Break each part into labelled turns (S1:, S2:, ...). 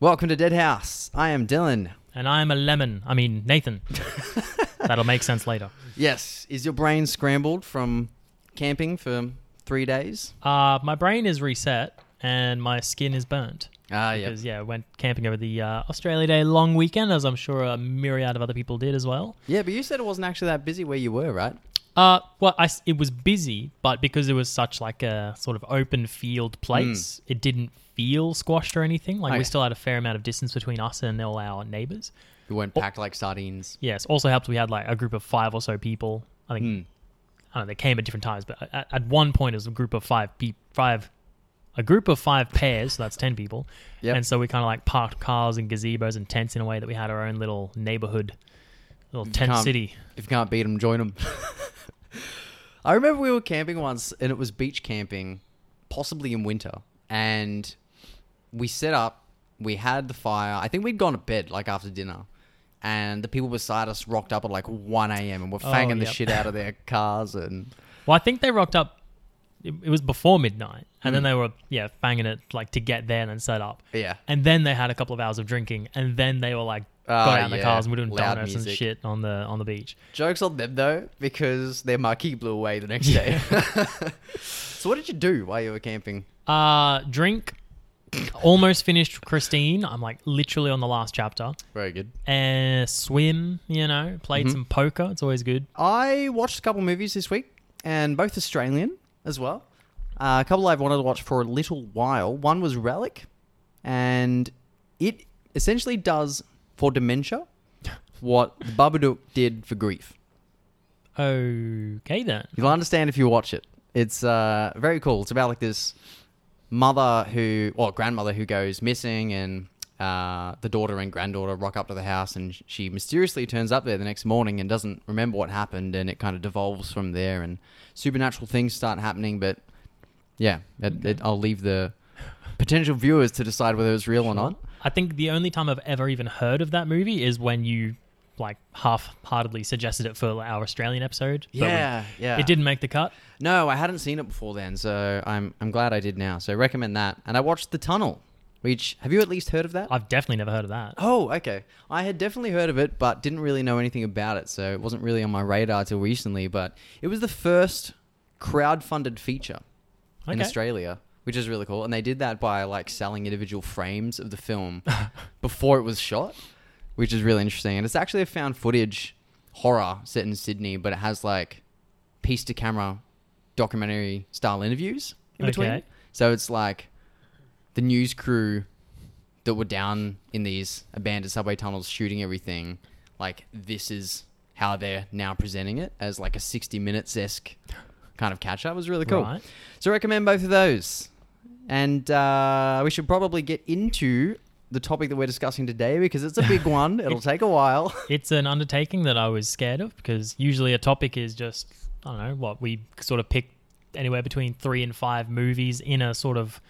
S1: Welcome to Dead House. I am Dylan.
S2: And I'm a lemon. I mean, Nathan. That'll make sense later.
S1: Yes, is your brain scrambled from camping for three days?
S2: Uh, my brain is reset and my skin is burnt.
S1: Ah, yeah.
S2: Because, yeah, I went camping over the uh, Australia Day long weekend, as I'm sure a myriad of other people did as well.
S1: Yeah, but you said it wasn't actually that busy where you were, right?
S2: Uh, well, I s it was busy, but because it was such like a sort of open field place, it didn't feel squashed or anything. Like
S1: Okay.
S2: we still had a fair amount of distance between us and all our neighbors.
S1: You weren't packed like sardines.
S2: Yes. Also helped we had like a group of five or so people. I think
S1: Hmm.
S2: I don't know. They came at different times, but at, at one point it was a group of five pe- five a group of five pairs. So that's ten people.
S1: Yep.
S2: And so we kind of like parked cars and gazebos and tents in a way that we had our own little neighborhood, little tent
S1: can't-
S2: city.
S1: If you can't beat 'em, join 'em. I remember we were camping once, and it was beach camping, possibly in winter. And we set up, we had the fire. I think we'd gone to bed like after dinner, and the people beside us rocked up at like 1 a.m. and were fanging the
S2: yep.
S1: shit out of their cars. And
S2: Well, I think they rocked up. It, it was before midnight, and then they were yeah banging it like to get there and then set up.
S1: Hmm. yeah,
S2: And then they had a couple of hours of drinking, and then they were like got
S1: Ah,
S2: out in the
S1: yeah.
S2: cars and were doing
S1: Loud
S2: donuts and
S1: music.
S2: shit on the on the beach.
S1: jokes on them though, because their marquee blew away the next day. so, what did you do while you were camping?
S2: Uh, drink. Almost finished Christine. I'm like literally on the last chapter.
S1: Very good.
S2: And swim, you know,
S1: Mm-hmm.
S2: played some poker. It's always good.
S1: I watched a couple movies this week, and both Australian as well. Uh, a couple I've wanted to watch for a little while. One was Relic, and it essentially does for dementia what the Babadook did for grief.
S2: Okay then.
S1: You'll understand if you watch it. It's uh, very cool. It's about like this mother who, or grandmother who goes missing, and uh, the daughter and granddaughter rock up to the house, and sh- she mysteriously turns up there the next morning and doesn't remember what happened, and it kind of devolves from there, and supernatural things start happening. But yeah, it, it, I'll leave the potential viewers to decide whether it's real or not.
S2: I think the only time I've ever even heard of that movie is when you like half-heartedly suggested it for our Australian episode. but we-
S1: Yeah, yeah.
S2: It didn't make the cut.
S1: No, I hadn't seen it before then, so I'm I'm glad I did now. So recommend that. And I watched The Tunnel, which have you at least heard of that?
S2: I've definitely never heard of that.
S1: Oh, okay. I had definitely heard of it, but didn't really know anything about it, so it wasn't really on my radar till recently. But it was the first crowd-funded feature in
S2: Okay.
S1: Australia, which is really cool. And they did that by like selling individual frames of the film before it was shot, which is really interesting. And it's actually a found footage horror set in Sydney, but it has like piece to camera documentary style interviews in between.
S2: Okay.
S1: So it's like the news crew that were down in these abandoned subway tunnels shooting everything, like this is how they're now presenting it as like a 60 minutes esque kind of catch up. It was really cool.
S2: Right.
S1: So recommend both of those. And uh, we should probably get into the topic that we're discussing today because it's a big one. It'll take a while.
S2: It's an undertaking that I was scared of because usually a topic is just I don't know what we sort of pick anywhere between three and five movies in a sort of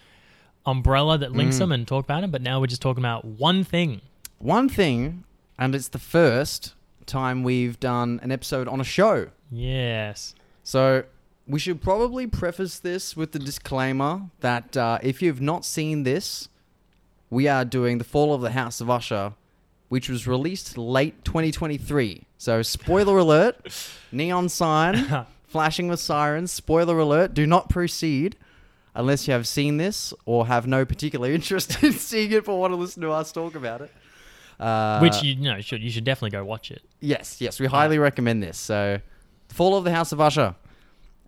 S2: umbrella that
S1: Mm.
S2: links them and talk about them. But now we're just talking about one thing.
S1: One thing, and it's the first time we've done an episode on a show.
S2: Yes.
S1: So we should probably preface this with the disclaimer that uh, if you've not seen this, we are doing The Fall of the House of Usher, which was released late 2023. So spoiler alert, neon sign, flashing with sirens, spoiler alert, do not proceed. Unless you have seen this or have no particular interest in seeing it, but want to listen to us talk about it. Uh,
S2: Which you, you know should you should definitely go watch it.
S1: Yes, yes, we highly recommend this. So, Fall of the House of Usher.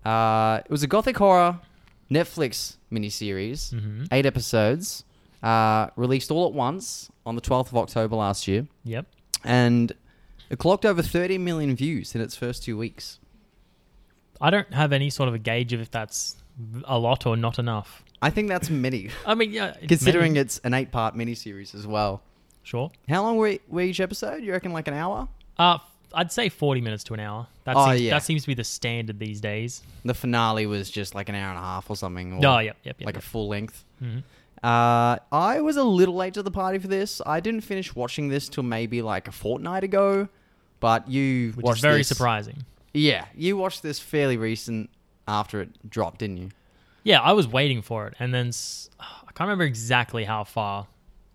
S1: Uh, it was a gothic horror Netflix miniseries,
S2: Mm-hmm.
S1: eight episodes, uh, released all at once on the 12th of October last year,
S2: Yep.
S1: and it clocked over 30 million views in its first two weeks.
S2: I don't have any sort of a gauge of if that's a lot or not enough.
S1: I think that's many,
S2: I mean, yeah, it's
S1: considering
S2: many.
S1: it's an eight-part miniseries as well.
S2: Sure.
S1: How long were, were each episode? You reckon like an hour?
S2: Uh, I'd say forty minutes to an hour. That
S1: Oh,
S2: seems,
S1: yeah.
S2: that seems to be the standard these days.
S1: The finale was just like an hour and a half or something. Or
S2: Oh, yep, yep, yep,
S1: like
S2: yep.
S1: a full length.
S2: Mm-hmm.
S1: Uh, I was a little late to the party for this. I didn't finish watching this till maybe like a fortnight ago, but you
S2: Which
S1: watched
S2: is very
S1: this-
S2: surprising.
S1: Yeah, you watched this fairly recent after it dropped, didn't you?
S2: Yeah, I was waiting for it, and then s- I can't remember exactly how far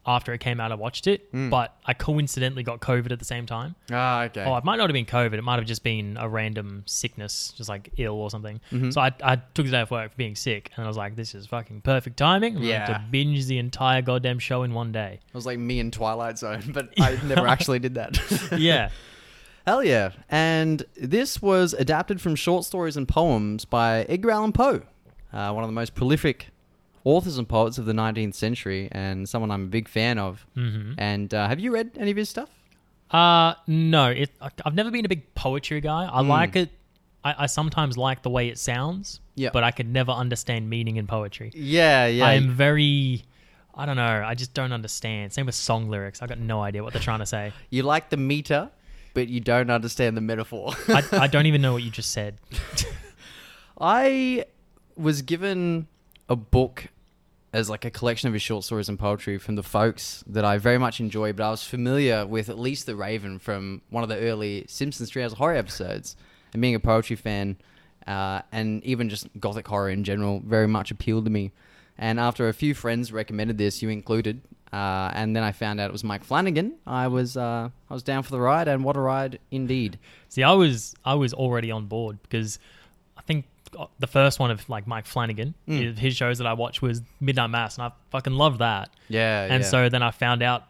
S2: after it came out, I watched it,
S1: Mm.
S2: but I coincidentally got COVID at the same time.
S1: Ah, okay.
S2: Oh, it might not have been COVID. It might have just been a random sickness, just like ill or something.
S1: Mm-hmm.
S2: So I, I took the day off work for being sick, and I was like, this is fucking perfect timing. I'm going
S1: Yeah.
S2: to binge the entire goddamn show in one day.
S1: It was like me and Twilight Zone, but I never actually did that.
S2: Yeah.
S1: Hell yeah. And this was adapted from short stories and poems by Edgar Allan Poe, uh, one of the most prolific authors and poets of the 19th century, and someone I'm a big fan of. Mm-hmm. And uh, have you read any of his stuff?
S2: Uh no, it, I- I've never been a big poetry guy.
S1: Mm.
S2: I like it. I, I sometimes like the way it sounds,
S1: Yeah.
S2: but I could never understand meaning in poetry.
S1: Yeah, yeah.
S2: I am very, I don't know, I just don't understand. Same with song lyrics. I got no idea what they're trying to say.
S1: You like the meter, but you don't understand the metaphor.
S2: I, I don't even know what you just said.
S1: I was given a book as like a collection of his short stories and poetry from the folks that I very much enjoy, but I was familiar with at least The Raven from one of the early Simpsons Treehouse of Horror episodes. And being a poetry fan, uh, and even just gothic horror in general, very much appealed to me. And after a few friends recommended this, you included, uh, and then I found out it was Mike Flanagan. I was uh, I was down for the ride, and what a ride indeed!
S2: See, I was I was already on board because I think uh, the first one of like Mike Flanagan, his- his shows that I watched was Midnight Mass, and I fucking loved that.
S1: Yeah,
S2: And
S1: yeah.
S2: so then I found out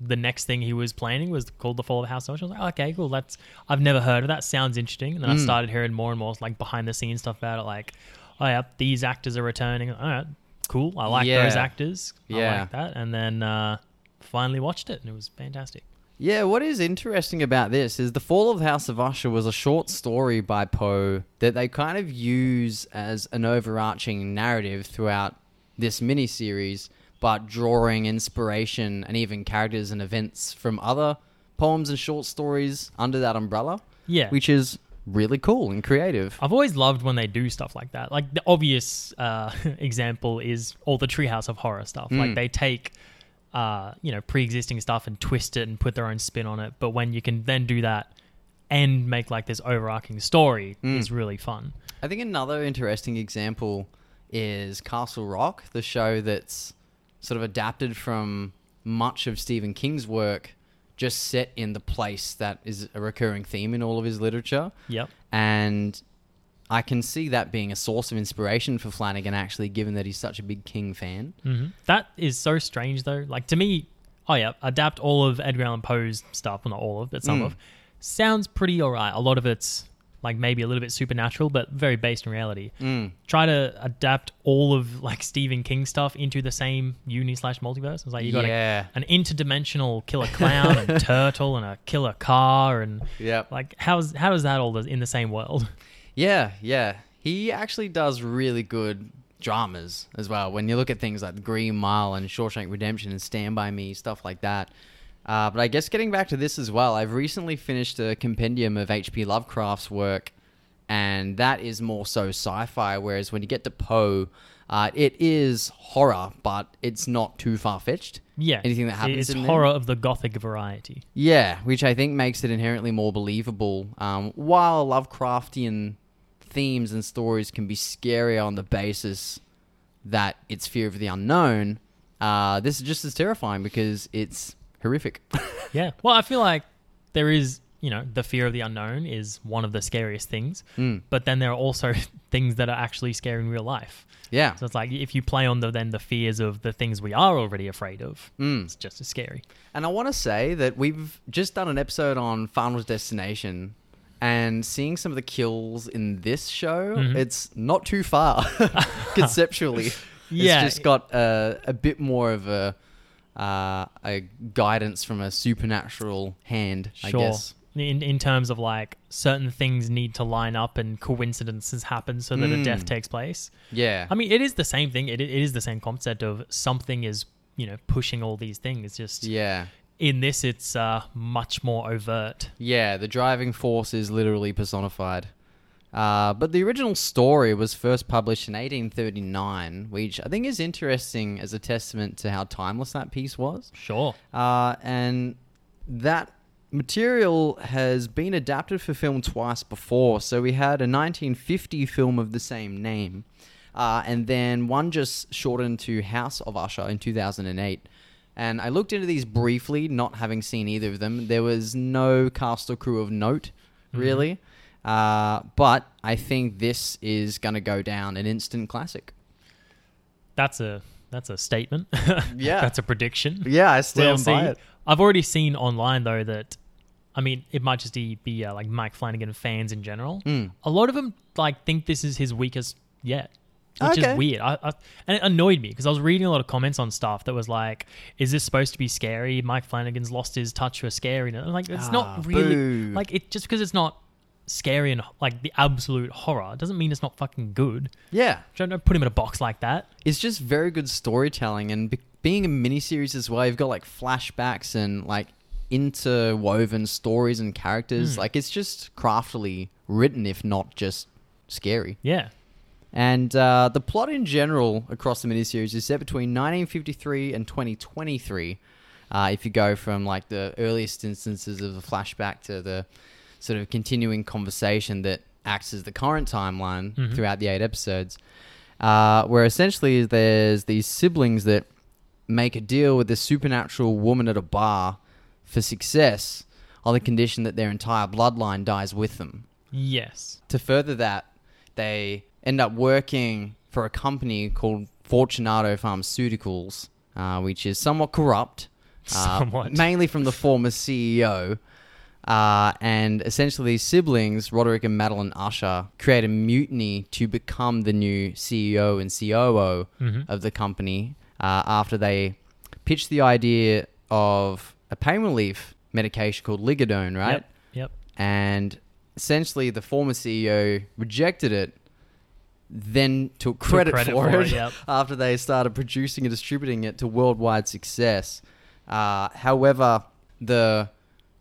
S2: the next thing he was planning was called The Fall of House Social. I was like, okay, cool. That's I've never heard of that. Sounds interesting. And then I
S1: Mm.
S2: started hearing more and more like behind the scenes stuff about it. Like, oh yeah, these actors are returning. All right, cool. I like
S1: Yeah.
S2: those actors. I
S1: Yeah.
S2: like that. And then uh, finally watched it, and it was fantastic.
S1: Yeah, what is interesting about this is The Fall of the House of Usher was a short story by Poe that they kind of use as an overarching narrative throughout this miniseries, but drawing inspiration and even characters and events from other poems and short stories under that umbrella,
S2: Yeah.
S1: which is really cool and creative.
S2: I've always loved when they do stuff like that. Like the obvious uh, example is all the Treehouse of Horror stuff. Like they take, uh, you know, pre-existing stuff and twist it and put their own spin on it. But when you can then do that and make like this overarching story is really fun.
S1: I think another interesting example is Castle Rock, the show that's sort of adapted from much of Stephen King's work, just set in the place that is a recurring theme in all of his literature.
S2: Yep.
S1: And I can see that being a source of inspiration for Flanagan, actually, given that he's such a big King fan.
S2: hmm That is so strange though. Like to me, oh yeah, adapt all of Edgar Allan Poe's stuff, well not all of, but
S1: Mm.
S2: some of, sounds pretty alright. A lot of it's like maybe a little bit supernatural, but very based in reality.
S1: Mm.
S2: Try to adapt all of like Stephen King stuff into the same uni slash multiverse. It's like you got
S1: Yeah.
S2: a, an interdimensional killer clown and turtle and a killer car and
S1: Yep.
S2: like how's how does that all in the same world?
S1: Yeah, yeah. He actually does really good dramas as well. When you look at things like Green Mile and Shawshank Redemption and Stand By Me, stuff like that. Uh, but I guess getting back to this as well, I've recently finished a compendium of H.P. Lovecraft's work, and that is more so sci fi. Whereas when you get to Poe, uh, it is horror, but it's not too far fetched.
S2: Yeah,
S1: Anything that happens
S2: It's
S1: in there?
S2: horror of the gothic variety.
S1: Yeah, which I think makes it inherently more believable. Um, while Lovecraftian themes and stories can be scarier on the basis that it's fear of the unknown, uh, this is just as terrifying because it's horrific.
S2: Yeah. Well, I feel like there is, you know, the fear of the unknown is one of the scariest things.
S1: Hmm.
S2: But then there are also things that are actually scary in real life.
S1: yeah.
S2: So it's like if you play on the then the fears of the things we are already afraid of,
S1: Hmm.
S2: it's just as scary.
S1: And I want to say that we've just done an episode on Final Destination. And seeing some of the kills in this show,
S2: Mm-hmm.
S1: it's not too far conceptually.
S2: Yeah.
S1: It's just got a, a bit more of a uh, a guidance from a supernatural hand, I
S2: Sure.
S1: guess.
S2: In in terms of like certain things need to line up and coincidences happen so that a death takes place.
S1: Hmm. Yeah.
S2: I mean, it is the same thing. It, it is the same concept of something is, you know, pushing all these things. It's just
S1: yeah.
S2: in this, it's uh, much more overt.
S1: Yeah, the driving force is literally personified. Uh, but the original story was first published in 1839, which I think is interesting as a testament to how timeless that piece was.
S2: Sure.
S1: Uh, and that material has been adapted for film twice before. So we had a 1950 film of the same name, uh, and then one just shortened to House of Usher in 2008. And I looked into these briefly, not having seen either of them. There was no cast or crew of note,
S2: Mm-hmm.
S1: really. Uh, but I think this is going to go down an instant classic.
S2: That's a that's a statement.
S1: Yeah.
S2: that's a prediction.
S1: Yeah, I
S2: We'll see. I've already seen online though that, I mean, it might just be, be uh, like Mike Flanagan fans in general.
S1: Hmm.
S2: A lot of them like think this is his weakest yet, which
S1: Okay.
S2: is weird. I, I, and it annoyed me because I was reading a lot of comments on stuff that was like, "Is this supposed to be scary? Mike Flanagan's lost his touch for scary." And I'm like, it's
S1: Ah,
S2: not really
S1: boo.
S2: like it just because it's not scary and like the absolute horror doesn't mean it's not fucking good.
S1: Yeah.
S2: Don't, don't put him in a box like that.
S1: it's just very good storytelling and be- being a miniseries as well you've got like flashbacks and like interwoven stories and characters like it's just craftily written if not just scary
S2: Yeah.
S1: and uh, the plot in general across the miniseries is set between 1953 and 2023. Uh, if you go from like the earliest instances of the flashback to the sort of continuing conversation that acts as the current timeline throughout the eight episodes, uh, where essentially there's these siblings that make a deal with this supernatural woman at a bar for success on the condition that their entire bloodline dies with them
S2: Yes.
S1: to further that, they end up working for a company called Fortunato Pharmaceuticals, uh, which is somewhat corrupt, uh,
S2: Somewhat.
S1: mainly from the former CEO. Uh, and essentially, these siblings, Roderick and Madeline Usher, create a mutiny to become the new CEO and COO
S2: Mm-hmm.
S1: of the company uh, after they pitch the idea of a pain relief medication called Ligadone, right?
S2: Yep. Yep.
S1: and essentially the former CEO rejected it, then took credit,
S2: credit
S1: for,
S2: for
S1: it,
S2: it, yep.
S1: after they started producing and distributing it to worldwide success. Uh, however, the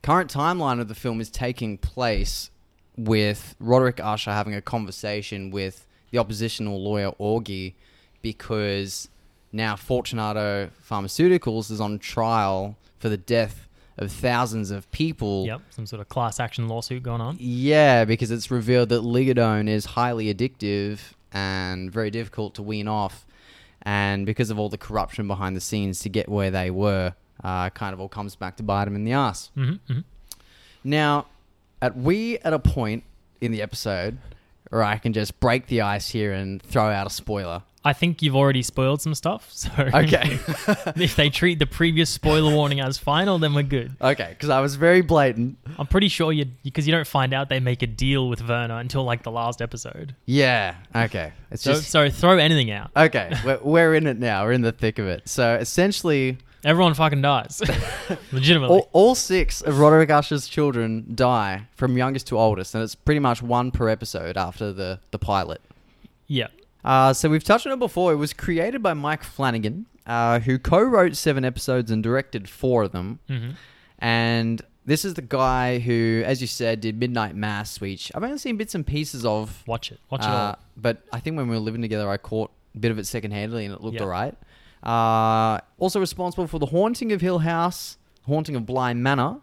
S1: current timeline of the film is taking place with Roderick Usher having a conversation with the oppositional lawyer Orgy because now Fortunato Pharmaceuticals is on trial for the death of thousands of people
S2: Yep. Some sort of class action lawsuit going on.
S1: yeah, because it's revealed that Ligadone is highly addictive and very difficult to wean off. And because of all the corruption behind the scenes to get where they were, uh, kind of all comes back to bite them in the ass.
S2: Mm-hmm.
S1: Now, at we at a point in the episode where I can just break the ice here and throw out a spoiler.
S2: I think you've already spoiled some stuff. So
S1: Okay.
S2: if they treat the previous spoiler warning as final, then we're good.
S1: okay, because I was very blatant.
S2: I'm pretty sure you because you don't find out they make a deal with Werner until like the last episode.
S1: Yeah. Okay. It's
S2: So,
S1: just Uh,
S2: so throw anything out.
S1: okay. We're, we're in it now. We're in the thick of it. So essentially,
S2: Everyone fucking dies. Legitimately.
S1: All, all six of Roderick Usher's children die from youngest to oldest, and it's pretty much one per episode after the, the pilot.
S2: yeah.
S1: Uh, so we've touched on it before. It was created by Mike Flanagan, uh, who co-wrote seven episodes and directed four of them.
S2: hmm
S1: And this is the guy who, as you said, did Midnight Mass, which I've only seen bits and pieces of.
S2: Watch it. Watch
S1: Uh, but I think when we were living together, I caught a bit of it secondhandly, and it looked
S2: Yeah.
S1: alright. Uh, also responsible for the haunting of Hill House, haunting of Bly Manor,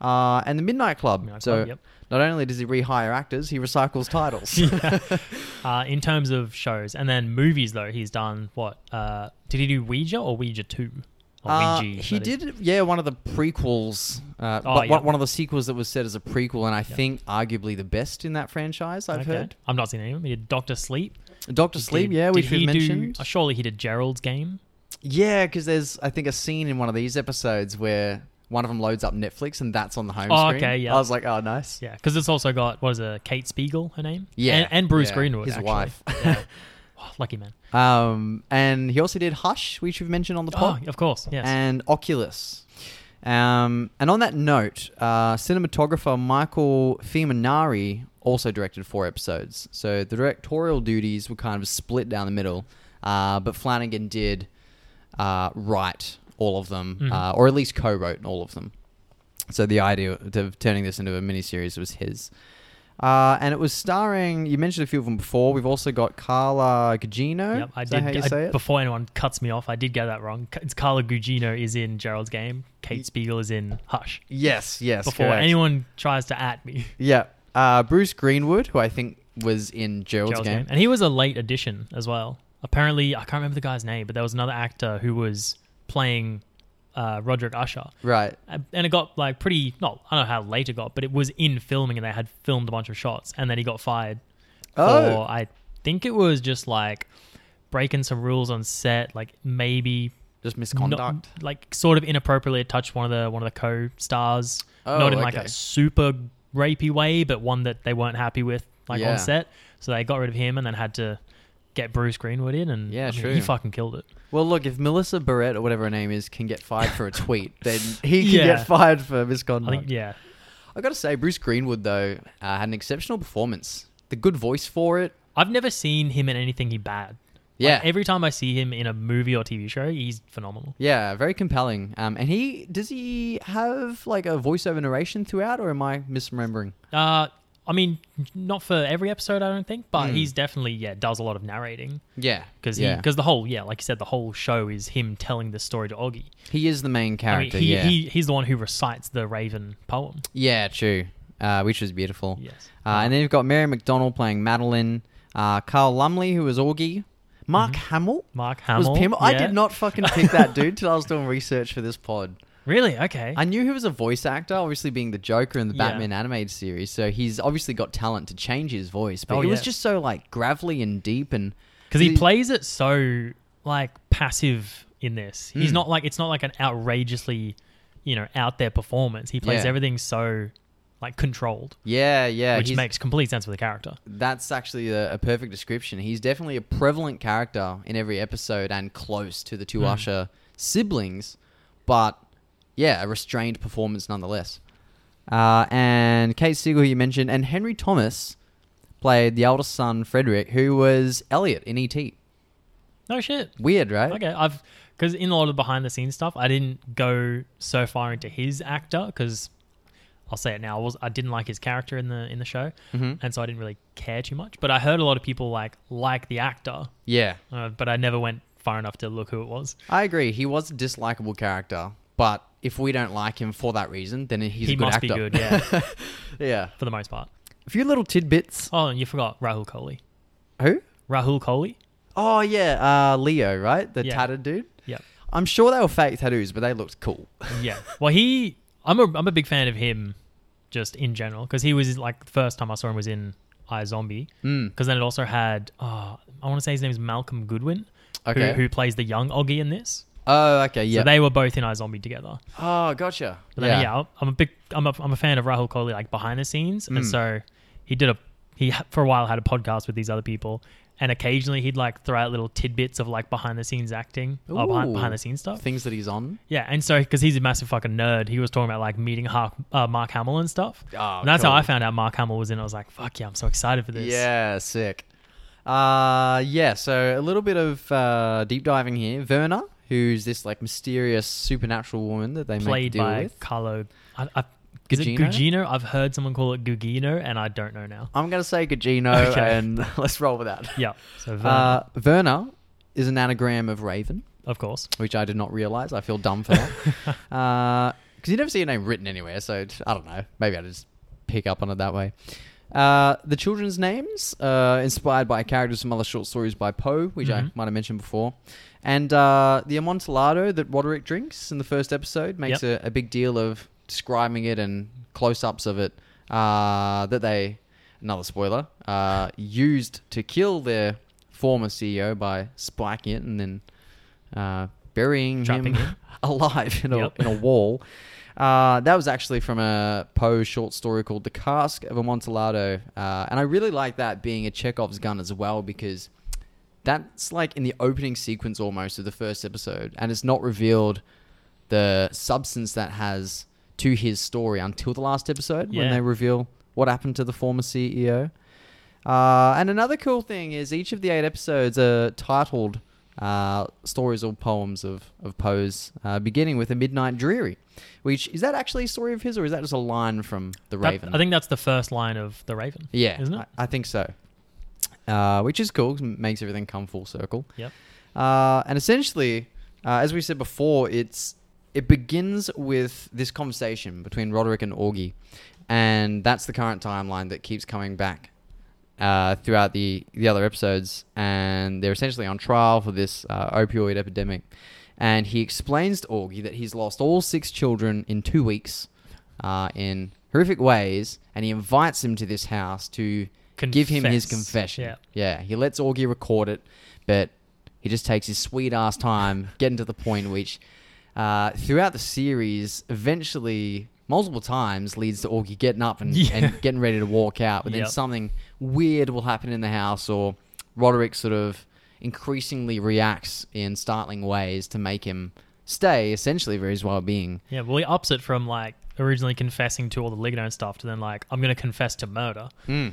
S1: uh, and the Midnight Club.
S2: Midnight
S1: so
S2: Club, yep.
S1: not only does he rehire actors, he recycles titles.
S2: it all. yeah. Uh, in terms of shows and then movies though, he's done what? Uh, did he do Ouija or Ouija two? Or
S1: Uh,
S2: Ouija,
S1: he
S2: that is.
S1: did, yeah, one of the prequels, uh,
S2: Oh,
S1: but
S2: yeah.
S1: one, one of the sequels that was set as a prequel, and I think arguably the best in that franchise. I've
S2: Okay.
S1: heard
S2: I've not seen any of them. He did Doctor Sleep.
S1: Doctor Sleep,
S2: Did-
S1: yeah, which
S2: did
S1: we
S2: he do-
S1: mentioned.
S2: uh, surely he did Gerald's game.
S1: Yeah, because there's I think a scene in one of these episodes where one of them loads up Netflix and that's on the home
S2: Oh,
S1: screen.
S2: okay, yeah.
S1: I was like, oh, nice.
S2: Yeah, because it's also got what is it, Kate Spiegel, her name?
S1: Yeah,
S2: and, and Bruce
S1: yeah,
S2: Greenwood,
S1: his
S2: actually.
S1: wife.
S2: Yeah. Oh, lucky man.
S1: Um, and he also did Hush, which we've mentioned on the
S2: Oh,
S1: pod,
S2: of course. Yes.
S1: and Oculus. Um, and on that note, uh, cinematographer Michael Fiuminari also directed four episodes. So the directorial duties were kind of split down the middle, uh, but Flanagan did uh, write all of them,
S2: Mhm.
S1: uh, or at least co-wrote all of them. So the idea of turning this into a miniseries was his. Uh, and it was starring, you mentioned a few of them before. We've also got Carla Gugino.
S2: Yep, I
S1: Is
S2: did.
S1: that how you
S2: I-
S1: say it?
S2: Before anyone cuts me off, I did get that wrong. C- It's Carla Gugino is in Gerald's game. Kate Spiegel is in Hush.
S1: Yes, yes.
S2: Before
S1: correct.
S2: anyone tries to at me,
S1: Yeah. Uh, Bruce Greenwood, who I think was in Gerald's,
S2: Gerald's
S1: game.
S2: game. and he was a late addition as well. Apparently, I can't remember the guy's name, but there was another actor who was playing uh, Roderick Usher.
S1: Right.
S2: Uh, and it got like pretty not I don't know how late it got, but it was in filming and they had filmed a bunch of shots and then he got fired for
S1: Oh.
S2: I think it was just like breaking some rules on set, like maybe
S1: Just
S2: not-
S1: misconduct.
S2: like sort of inappropriately touched one of the one of the co-stars,
S1: Oh,
S2: not in like
S1: okay.
S2: a super rapey way, but one that they weren't happy with like
S1: Yeah.
S2: on set. So they got rid of him and then had to get Bruce Greenwood in and
S1: Yeah,
S2: I mean,
S1: true.
S2: he fucking killed it.
S1: Well, look, if Melissa Barrett or whatever her name is can get fired for a tweet, then he can
S2: Yeah.
S1: get fired for
S2: I
S1: misconduct.
S2: think yeah.
S1: I gotta say, Bruce Greenwood though uh, had an exceptional performance. The good voice for it.
S2: I've never seen him in anything he bad. Like,
S1: Yeah,
S2: every time I see him in a movie or TV show, he's phenomenal.
S1: yeah, very compelling. Um, and he does he have like a voiceover narration throughout, or am I misremembering?
S2: Uh, I mean, not for every episode, I don't think, but
S1: Hmm.
S2: he's definitely yeah does a lot of narrating
S1: Yeah,
S2: because
S1: yeah.
S2: because the whole yeah like you said the whole show is him telling the story to Oggy.
S1: he is the main
S2: I mean,
S1: character.
S2: he,
S1: yeah,
S2: he he's the one who recites the Raven poem.
S1: yeah, true. Uh, which was beautiful.
S2: Yes.
S1: Uh, and then you've got Mary McDonald playing Madeline, uh, Carl Lumley who was Augie, Mark Hamill
S2: Mark Mm-hmm. Hamill.
S1: was Pim. I
S2: yeah.
S1: did not fucking pick that dude till I was doing research for this pod.
S2: really. Okay.
S1: I knew he was a voice actor, obviously being the Joker in the
S2: Yeah.
S1: Batman animated series, so he's obviously got talent to change his voice. But
S2: Oh,
S1: it was
S2: yeah.
S1: just so like gravelly and deep, and
S2: because he
S1: the-
S2: plays it so like passive in this. He's
S1: Hmm.
S2: not like it's not like an outrageously, you know, out there performance. He plays
S1: Yeah.
S2: everything so like controlled,
S1: yeah, yeah,
S2: which
S1: he's-
S2: makes complete sense for the character.
S1: that's actually a, a perfect description. He's definitely a prevalent character in every episode and close to the two
S2: Mm.
S1: Usher siblings, but yeah, a restrained performance nonetheless. Uh, and Kate Siegel, who you mentioned, and Henry Thomas played the eldest son Frederick, who was Elliot in ET.
S2: No shit.
S1: Weird, right?
S2: Okay, I've because in a lot of behind the scenes stuff, I didn't go so far into his actor because I'll say it now. I was I didn't like his character in the in the show,
S1: Mhm.
S2: and so I didn't really care too much. But I heard a lot of people like like the actor,
S1: Yeah.
S2: uh, but I never went far enough to look who it was.
S1: I agree. He was a dislikable character, but if we don't like him for that reason, then he's
S2: he
S1: a good
S2: must
S1: actor.
S2: be good, yeah,
S1: yeah.
S2: for the most part.
S1: A few little tidbits.
S2: Oh, and you forgot Rahul Kohli.
S1: Who?
S2: Rahul Kohli.
S1: Oh yeah, uh, Leo, right? The
S2: Yeah.
S1: tattered dude.
S2: Yep.
S1: I'm sure they were fake tattoos, but they looked cool.
S2: yeah. Well, he, I'm a, I'm a big fan of him, just in general, because he was like the first time I saw him was in I Zombie.
S1: Mm.
S2: Because then it also had, oh, I want to say his name is Malcolm Goodwin,
S1: Okay.
S2: who, who plays the young Oggy in this.
S1: Oh, okay, yeah.
S2: So they were both in I Zombie together.
S1: oh, gotcha.
S2: But then, yeah, I'm- I'm a big, I'm a, I'm a fan of Rahul Kohli like behind the scenes,
S1: Mm.
S2: and so he did a, he ha- for a while had a podcast with these other people. And occasionally he'd like throw out little tidbits of like behind the scenes acting, or
S1: Ooh.
S2: behind, behind the scenes stuff.
S1: Things that he's on.
S2: Yeah, and so because he's a massive fucking nerd, he was talking about like meeting Hark, uh, Mark Hamill and stuff.
S1: Oh,
S2: and that's how
S1: cool.
S2: I found out Mark Hamill was in. it. I was like, fuck yeah, I'm so excited for this.
S1: Yeah, sick. Uh, yeah, so a little bit of uh, deep diving here. Verna, who's this like mysterious supernatural woman that they make
S2: played
S1: to deal
S2: by
S1: with.
S2: Carlo. I, I, is it
S1: Gugino?
S2: Gugino? I've heard someone call it Gugino, and I don't know now.
S1: I'm gonna say Gugino,
S2: Okay.
S1: and let's roll with that.
S2: Yeah, so Verna,
S1: Uh, Verna is an anagram of Raven,
S2: of course.
S1: which I did not realize. I feel dumb for that because you never see your name written anywhere. So it's- I don't know. Maybe I just pick up on it that way. Uh, the children's names, uh, inspired by characters from other short stories by Poe, which I
S2: Mhm.
S1: might have mentioned before, and uh, the amontillado that Roderick drinks in the first episode makes a, a big deal of describing it and close-ups of it uh, that they, another spoiler, uh, used to kill their former CEO by spiking it and then uh, burying
S2: Trapping
S1: him
S2: him.
S1: alive in a,
S2: Yep.
S1: in a wall. Uh, that was actually from a Poe short story called The Cask of Amontillado. Uh, and I really like that being a Chekhov's gun as well because that's like in the opening sequence almost of the first episode. And it's not revealed the substance that has to his story until the last episode when
S2: Yeah.
S1: they reveal what happened to the former E CEO. Uh, and another cool thing is each of the eight episodes are titled uh, stories or poems of, of Poe's, uh, beginning with A Midnight Dreary, which is that actually a story of his or is that just a line from The
S2: That-
S1: Raven?
S2: I think that's the first line of the Raven.
S1: yeah,
S2: isn't it?
S1: I, I think so. Uh, which is cool, 'cause it makes everything come full circle.
S2: Yep.
S1: Uh, and essentially, uh, as we said before, it's it begins with this conversation between Roderick and Augie, and that's the current timeline that keeps coming back uh, throughout the the other episodes. And they're essentially on trial for this uh, opioid epidemic, and he explains to Augie that he's lost all six children in two weeks uh, in horrific ways, and he invites him to this house to give him his
S2: Confess.
S1: confession.
S2: Yeah.
S1: he lets Augie record it, but he just takes his sweet ass time getting to the point, which uh, throughout the series, eventually, multiple times, leads to Augie getting up and,
S2: Yeah.
S1: and getting ready to walk out, but then
S2: Yep.
S1: something weird will happen in the house, or Roderick sort of increasingly reacts in startling ways to make him stay, essentially, for his well being.
S2: Yeah, well, he ups it from like originally confessing to all the Lignode stuff to then like I'm going to confess to murder.
S1: Yeah, and
S2: Hmm.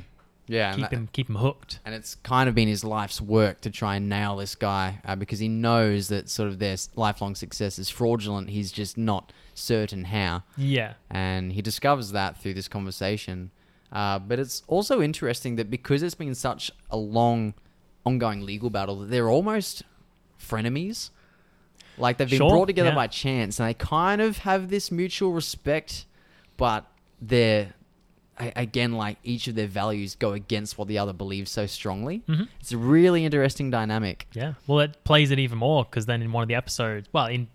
S2: Keep
S1: that-
S2: him, keep him hooked.
S1: and it's kind of been his life's work to try and nail this guy uh, because he knows that sort of their s- lifelong success is fraudulent. He's just not certain how,
S2: Yeah,
S1: and he discovers that through this conversation. Uh, but it's also interesting that because it's been such a long, ongoing legal battle, that they're almost frenemies. Like they've been
S2: Sure,
S1: brought together
S2: yeah.
S1: by chance, and they kind of have this mutual respect, but they're a- again like each of their values go against what the other believes so strongly.
S2: Mhm.
S1: It's a really interesting dynamic.
S2: yeah. Well, it plays it even more because then in one of the episodes, well, in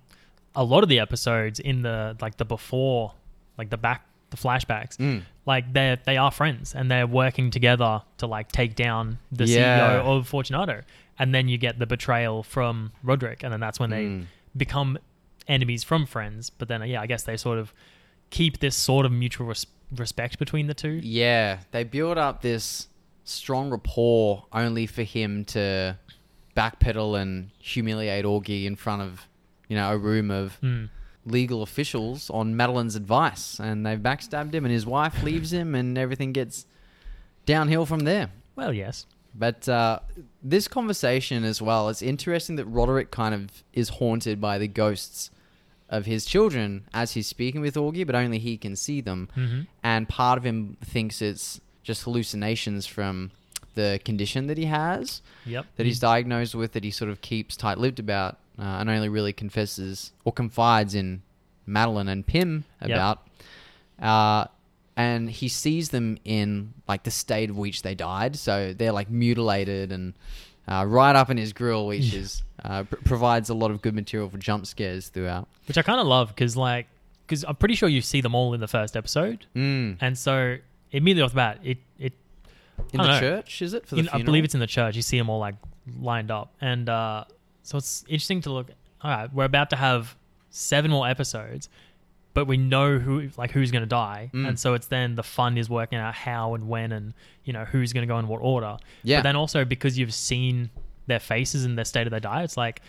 S2: a lot of the episodes in the like the before, like the back, the flashbacks,
S1: Mm.
S2: like they are they are friends and they're working together to like take down the
S1: Yeah.
S2: CEO of Fortunato, and then you get the betrayal from Roderick, and then that's when they
S1: Mm.
S2: become enemies from friends. But then yeah, I guess they sort of keep this sort of mutual res- respect between the two.
S1: Yeah, they build up this strong rapport only for him to backpedal and humiliate Augie in front of, you know, a room of
S2: Hmm.
S1: legal officials on Madeline's advice. And they've backstabbed him, and his wife leaves him, and everything gets downhill from there.
S2: Well, yes.
S1: But uh, this conversation as well, it's interesting that Roderick kind of is haunted by the ghosts of his children as he's speaking with Augie, but only he can see them.
S2: Mm-hmm.
S1: And part of him thinks it's just hallucinations from the condition that he has,
S2: Yep.
S1: that he's diagnosed with, that he sort of keeps tight lipped about, uh, and only really confesses or confides in Madeline and Pim
S2: Yep.
S1: about. Uh, and he sees them in like the state of which they died, so they're like mutilated and uh, right up in his grill, which
S2: Yeah.
S1: is uh, pr- provides a lot of good material for jump scares throughout.
S2: Which I kind of love because like because I'm pretty sure you see them all in the first episode,
S1: Mm.
S2: and so immediately off the bat, it it
S1: In
S2: I
S1: the
S2: don't know.
S1: church, is it for the
S2: In- I
S1: funeral?
S2: believe it's in the church. You see them all like lined up, and uh, so it's interesting to look. All right, we're about to have seven more episodes, but we know who like who's going to die,
S1: Mm.
S2: and so it's then the fun is working out how and when and you know who's going to go in what order.
S1: Yeah.
S2: But then also because you've seen their faces and their state of their die, it's like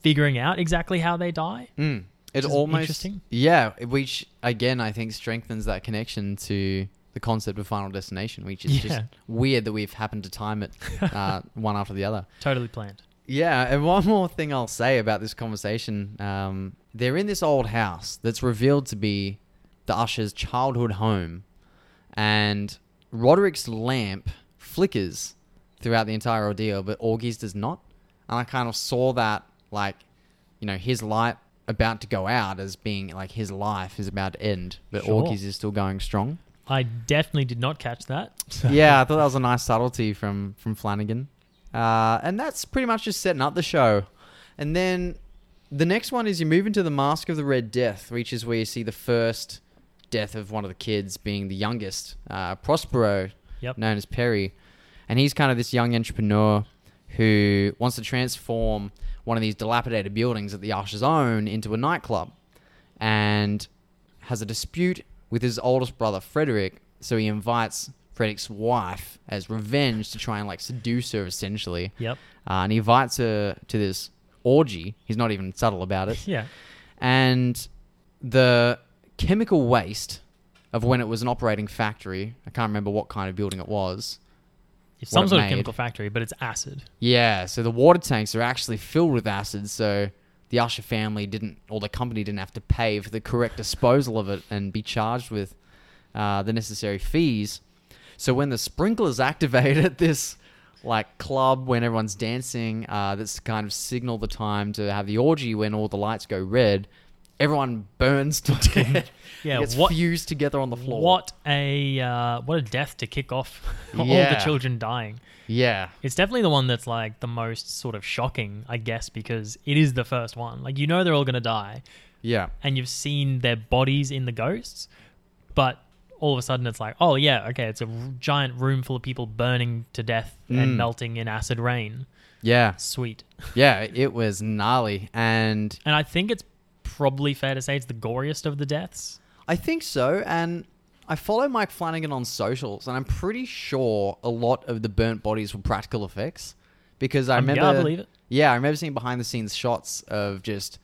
S2: figuring out exactly how they die.
S1: Mm.
S2: Which
S1: It
S2: is
S1: almost
S2: interesting.
S1: yeah, which again I think strengthens that connection to the concept of Final Destination, which is just
S2: Yeah.
S1: weird that we've happened to time it uh, one after the other.
S2: Totally planned.
S1: Yeah, and one more thing I'll say about this conversation: um, they're in this old house that's revealed to be the usher's childhood home, and Roderick's lamp flickers throughout the entire ordeal, but Augie's does not. And I kind of saw that, like, you know, his light about to go out as being like his life is about to end, but
S2: Sure.
S1: Augie's is still going strong.
S2: I definitely did not catch that. So-
S1: yeah, I thought that was a nice subtlety from from Flanagan. Uh, and that's pretty much just setting up the show. And then the next one is you move into the Mask of the Red Death, which is where you see the first death of one of the kids, being the youngest, uh, Prospero,
S2: Yep.
S1: known as Perry. And he's kind of this young entrepreneur who wants to transform one of these dilapidated buildings that the Ushers own into a nightclub and has a dispute with his oldest brother, Frederick. So he invites Frederick's wife as revenge to try and like seduce her, essentially.
S2: Yep.
S1: Uh, and he invites her to this orgy. He's not even subtle about it
S2: Yeah.
S1: and the chemical waste of when it was an operating factory. I can't remember what kind of building it was.
S2: Some
S1: it
S2: sort of
S1: made.
S2: chemical factory, but it's acid.
S1: Yeah, so the water tanks are actually filled with acid, so the Usher family didn't, or the company didn't have to pay for the correct disposal of it and be charged with uh, the necessary fees. So when the sprinklers activate at this like club when everyone's dancing, uh, that's kind of signal the time to have the orgy when all the lights go red. everyone burns to death.
S2: Yeah,
S1: gets
S2: what-
S1: fused together on the floor.
S2: What a uh, what a death to kick off all
S1: Yeah.
S2: the children dying.
S1: Yeah.
S2: It's definitely the one that's like the most sort of shocking, I guess, because it is the first one. Like you know they're all gonna die,
S1: Yeah.
S2: and you've seen their bodies in the ghosts, but all of a sudden it's like, oh yeah, okay, it's a r- giant room full of people burning to death
S1: Mm.
S2: and melting in acid rain.
S1: Yeah.
S2: Sweet.
S1: Yeah. It was gnarly. And
S2: And I think it's probably fair to say it's the goriest of the deaths.
S1: I think so. And I follow Mike Flanagan on socials, and I'm pretty sure a lot of the burnt bodies were practical effects because I
S2: Um, yeah, I
S1: remember.
S2: believe it.
S1: Yeah, I remember seeing behind the scenes shots of just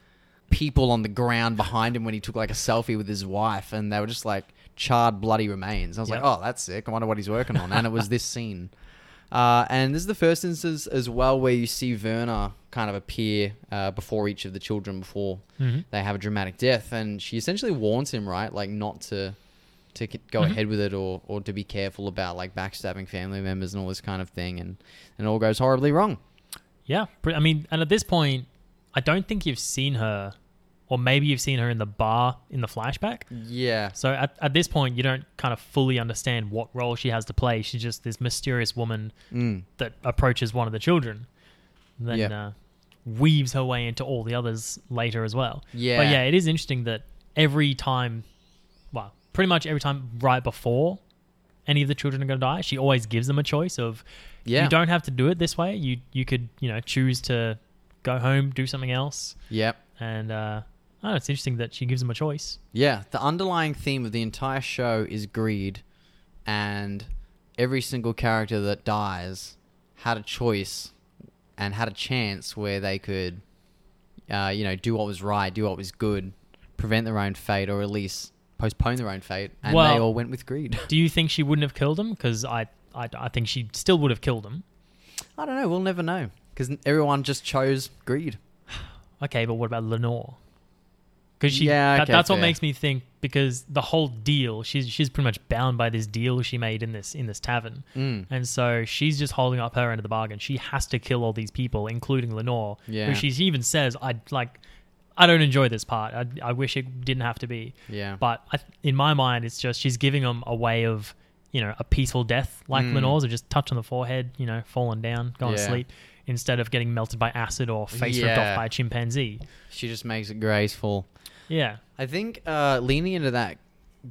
S1: people on the ground behind him when he took like a selfie with his wife, and they were just like charred, bloody remains. I was
S2: Yeah.
S1: like, oh, that's sick. I wonder what he's working on. And it was this scene. Uh, and this is the first instance as well where you see Verna kind of appear uh, before each of the children before they have a dramatic death, and she essentially warns him, right, like not to to get, go ahead with it or or to be careful about like backstabbing family members and all this kind of thing, and and it all goes horribly wrong.
S2: Yeah, pre- I mean, and at this point, I don't think you've seen her, or maybe you've seen her in the bar in the flashback.
S1: Yeah,
S2: So at, at this point, you don't kind of fully understand what role she has to play. She's just this mysterious woman
S1: mm.
S2: that approaches one of the children, and then
S1: Yeah.
S2: uh, weaves her way into all the others later as well.
S1: Yeah.
S2: But yeah, it is interesting that every time, well, pretty much every time right before any of the children are going to die, she always gives them a choice of,
S1: Yeah.
S2: you don't have to do it this way. You you could you know choose to go home, do something else,
S1: yep.
S2: and uh, I don't know. It's interesting that she gives them a choice.
S1: Yeah, the underlying theme of the entire show is greed, and every single character that dies had a choice and had a chance where they could, uh, you know, do what was right, do what was good, prevent their own fate, or at least postpone their own fate, and they
S2: Well-
S1: all went with greed.
S2: Do you think she wouldn't have killed him? Because I, I, I think she still would have killed him.
S1: I don't know. We'll never know because everyone just chose greed.
S2: Okay, but what about Lenore? Because she,
S1: Yeah,
S2: that,
S1: okay,
S2: that's what
S1: fair.
S2: makes me think. Because the whole deal, she's she's pretty much bound by this deal she made in this in this tavern,
S1: Mm.
S2: and so she's just holding up her end of the bargain. She has to kill all these people, including Lenore,
S1: Yeah.
S2: who she even says, "I like, I don't enjoy this part. I, I wish it didn't have to be."
S1: Yeah.
S2: But I, in my mind, it's just she's giving them a way of, you know, a peaceful death like
S1: Mm.
S2: Lenore's, of just touch on the forehead, you know, falling down, going
S1: Yeah.
S2: to sleep, instead of getting melted by acid or face ripped
S1: Yeah.
S2: off by a chimpanzee.
S1: she just makes it graceful.
S2: Yeah.
S1: I think uh, leaning into that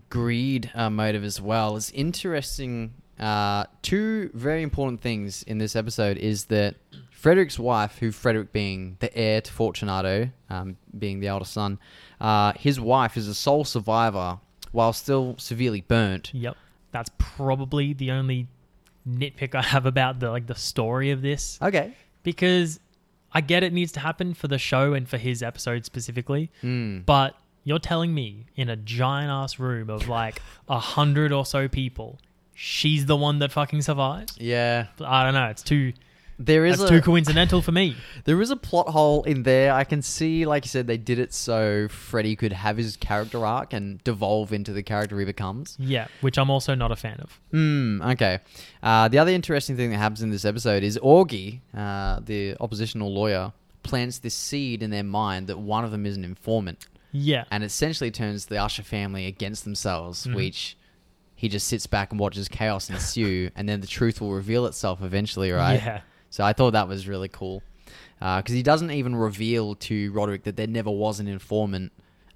S1: greed uh, motive as well is interesting. Uh, two very important things in this episode is that Frederick's wife, who Frederick being the heir to Fortunato, um, being the elder son, uh, his wife is a sole survivor while still severely burnt.
S2: Yep. That's probably the only nitpick I have about the like the story of this
S1: Okay.
S2: because I get it needs to happen for the show and for his episode specifically,
S1: Mm.
S2: but you're telling me in a giant ass room of like a hundred or so people, she's the one that fucking survives.
S1: Yeah.
S2: I don't know. It's too.
S1: There is
S2: That's
S1: a,
S2: too coincidental for me.
S1: There is a plot hole in there. I can see, like you said, they did it so Freddy could have his character arc and devolve into the character he becomes.
S2: Yeah, which I'm also not a fan of.
S1: Hmm. Okay. Uh, the other interesting thing that happens in this episode is Augie, uh, the oppositional lawyer, plants this seed in their mind that one of them is an informant,
S2: Yeah,
S1: and essentially turns the Usher family against themselves,
S2: Mhm.
S1: which he just sits back and watches chaos ensue, and then the truth will reveal itself eventually, right?
S2: Yeah,
S1: So I thought that was really cool. Because he doesn't even reveal to Roderick that there never was an informant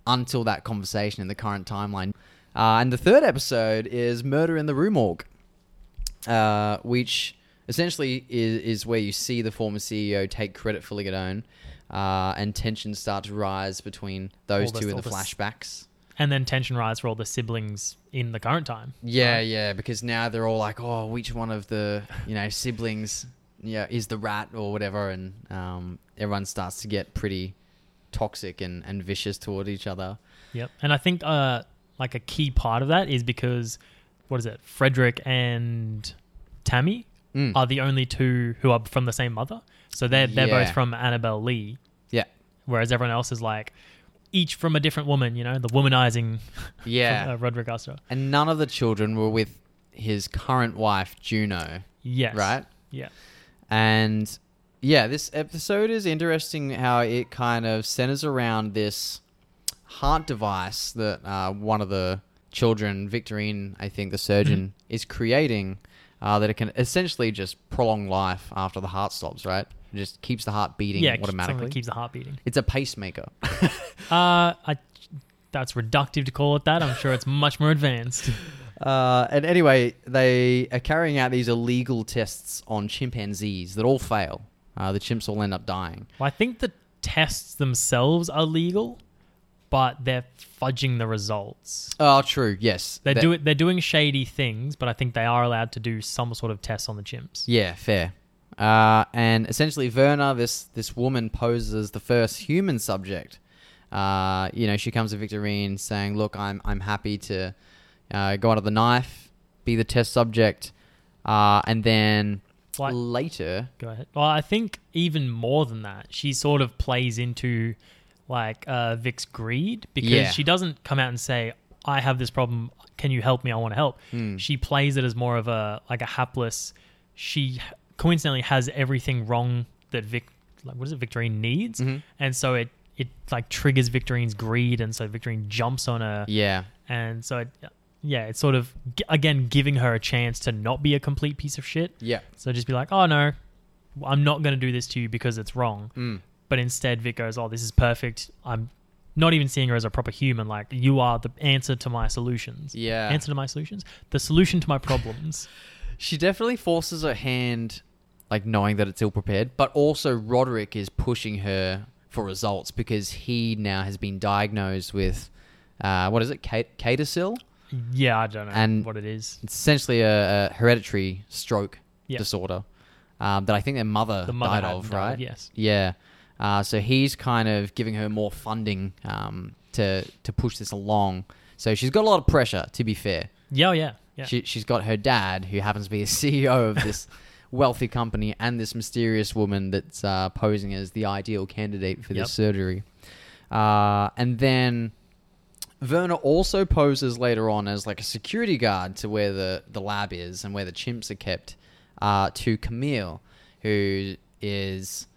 S1: until that conversation in the current timeline. Uh, and the third episode is Murder in the Rue Morgue, uh, which essentially is, is where you see the former CEO take credit for Ligadone. Uh, and tensions start to rise between those
S2: All the-
S1: two in
S2: all
S1: the
S2: the s-
S1: flashbacks.
S2: and then tension rise for all the siblings in the current time.
S1: Yeah, yeah, because now they're all like, oh, which one of the you know siblings, yeah, is the rat or whatever, and um, everyone starts to get pretty toxic and, and vicious toward each other.
S2: Yep, and I think uh, like a key part of that is because what is it? Frederick and Tammy
S1: Mm.
S2: are the only two who are from the same mother, so they're they're
S1: Yeah.
S2: both from Annabelle Lee,
S1: Yeah,
S2: whereas everyone else is like each from a different woman. You know, the womanizing
S1: yeah,
S2: uh, Roderick Astor.
S1: and none of the children were with his current wife Juno,
S2: Yes,
S1: right?
S2: Yeah,
S1: And yeah, this episode is interesting how it kind of centers around this heart device that uh, one of the children, Victorine, I think the surgeon,
S2: Mm-hmm.
S1: is creating uh, that it can essentially just prolong life after the heart stops, right? It just keeps the heart beating
S2: yeah,
S1: automatically.
S2: Something that keeps the heart beating.
S1: it's a pacemaker.
S2: Uh, I, that's reductive to call it that. I'm sure it's much more advanced.
S1: Uh, and anyway, they are carrying out these illegal tests on chimpanzees that all fail. Uh, the chimps all end up dying.
S2: Well, I think the tests themselves are legal, but they're fudging the results.
S1: Oh, true. Yes,
S2: They're,
S1: That-
S2: do, they're doing shady things, but I think they are allowed to do some sort of tests on the chimps.
S1: Yeah, fair. Uh, and essentially, Verna, this this woman poses as the first human subject. Uh, you know, she comes to Victorine saying, "Look, I'm I'm happy to uh, go under the knife, be the test subject," uh, and then
S2: Like-
S1: later,
S2: Go ahead. Well, I think even more than that, she sort of plays into like uh, Vic's greed because
S1: Yeah.
S2: she doesn't come out and say, "I have this problem. Can you help me? I want to help." She plays it as more of a like a hapless. She coincidentally has everything wrong that Vic, like what is it, Victorine needs, and so it it like triggers Victorine's greed, and so Victorine jumps on her,
S1: yeah,
S2: and so it, yeah, it's sort of g- again giving her a chance to not be a complete piece of shit.
S1: yeah,
S2: So just be like, oh no, I'm not going to do this to you because it's wrong.
S1: mm,
S2: But instead, Vic goes, oh, this is perfect. I'm not even seeing her as a proper human. Like, you are the answer to my solutions.
S1: yeah.
S2: Answer to my solutions? The solution to my problems.
S1: She definitely forces her hand, like knowing that it's ill prepared, but also Roderick is pushing her for results because he now has been diagnosed with, uh, what is it, Ca- Catasil?
S2: yeah, I don't know
S1: And-
S2: what it is.
S1: It's essentially a, a hereditary stroke
S2: Yeah.
S1: disorder um, that I think their mother,
S2: The mother
S1: died
S2: had
S1: of,
S2: died,
S1: right?
S2: yes.
S1: Yeah. Uh, so he's kind of giving her more funding um, to to push this along. So she's got a lot of pressure, to be fair.
S2: Yeah, oh, yeah. Yeah.
S1: She, she's got her dad, who happens to be a CEO of this wealthy company, and this mysterious woman that's uh, posing as the ideal candidate for
S2: Yep.
S1: this surgery. Uh, and then Verna also poses later on as like a security guard to where the, the lab is and where the chimps are kept uh, to Camille, who is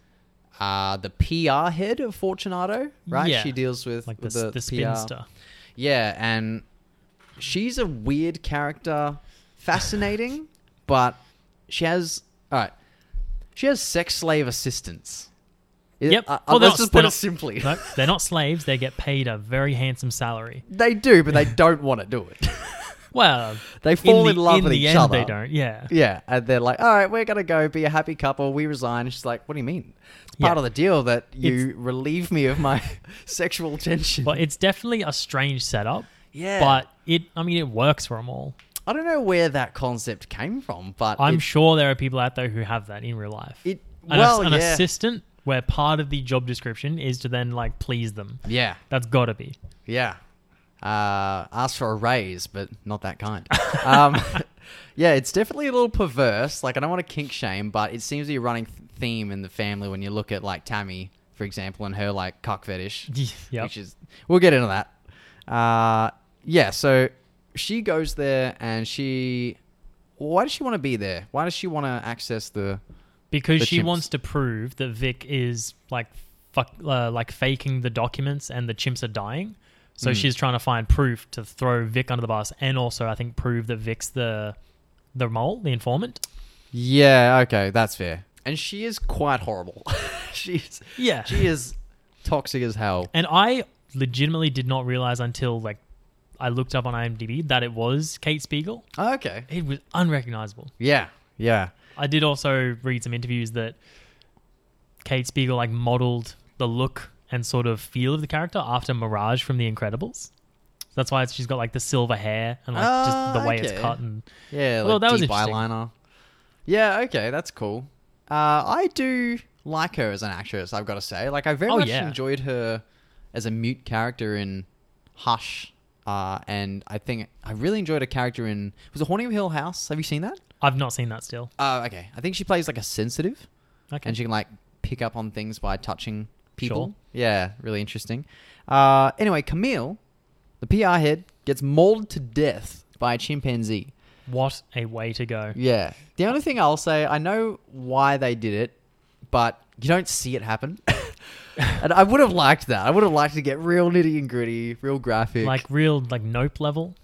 S1: uh, the PR head of Fortunato, right?
S2: Yeah.
S1: She deals with
S2: like the,
S1: with
S2: the,
S1: PR.
S2: spinster.
S1: Yeah, and she's a weird character, fascinating, but she has all right. She has sex slave assistants. It-
S2: Yep.
S1: uh, uh,
S2: Well, they're
S1: let's
S2: not-
S1: just put
S2: they're
S1: it
S2: not-
S1: simply.
S2: no, they're not slaves. They get paid a very handsome salary.
S1: They do, but they don't want to do it.
S2: Well,
S1: They fall
S2: the,
S1: in love with
S2: the
S1: each
S2: end,
S1: other.
S2: They don't. Yeah.
S1: Yeah, and they're like, "All right, we're gonna go be a happy couple. We resign." And she's like, "What do you mean? It's part
S2: Yeah.
S1: of the deal that you relieve me of my sexual tension."
S2: But it's definitely a strange setup.
S1: yeah,
S2: But it, I mean, it works for them all.
S1: I don't know where that concept came from, but
S2: I'm
S1: it-
S2: sure there are people out there who have that in real life.
S1: it.
S2: an,
S1: Well,
S2: an
S1: yeah,
S2: assistant where part of the job description is to then like please them.
S1: yeah.
S2: That's gotta be.
S1: Yeah. Uh, asked for a raise, but not that kind. um, yeah, it's definitely a little perverse. Like, I don't want to kink shame, but it seems to be a running th- theme in the family when you look at, like, Tammy, for example, and her, like, cock fetish.
S2: yep.
S1: Which is, we'll get into that. Uh, yeah, so she goes there and she. Why does she want to be there? Why does she want to access the.
S2: because
S1: the
S2: she
S1: chimps.
S2: wants to prove that Vic is like fuck, uh, like faking the documents and the chimps are dying. So
S1: Hmm.
S2: she's trying to find proof to throw Vic under the bus and also I think prove that Vic's the the mole, the informant.
S1: Yeah, okay, that's fair. And she is quite horrible. She's.
S2: Yeah.
S1: She is toxic as hell.
S2: And I legitimately did not realize until like I looked up on IMDb that it was Kate Spiegel.
S1: Oh, Okay.
S2: It was unrecognizable.
S1: Yeah. Yeah.
S2: I did also read some interviews that Kate Spiegel like modeled the look and sort of feel of the character after Mirage from The Incredibles. That's why she's got like the silver hair and like just
S1: Ah,
S2: the way it's
S1: okay.
S2: cut and
S1: Yeah.
S2: Well,
S1: like
S2: that was
S1: deep
S2: interesting.
S1: eyeliner. Yeah. Okay. That's cool. Uh, I do like her as an actress. I've got to say, like, I very
S2: Oh,
S1: much
S2: yeah.
S1: enjoyed her as a mute character in Hush. Uh, and I think I really enjoyed her character in was it Haunting of Hill House? Have you seen that?
S2: I've not seen that still.
S1: Uh, okay. I think she plays like a sensitive.
S2: Okay.
S1: and she can like pick up on things by touching people.
S2: Sure.
S1: Yeah, really interesting. Uh, anyway, Camille, the PR head, gets mauled to death by a chimpanzee.
S2: what a way to go.
S1: Yeah. The only thing I'll say, I know why they did it, but you don't see it happen. and I would have liked that. I would have liked to get real nitty and gritty, real graphic.
S2: like real like nope level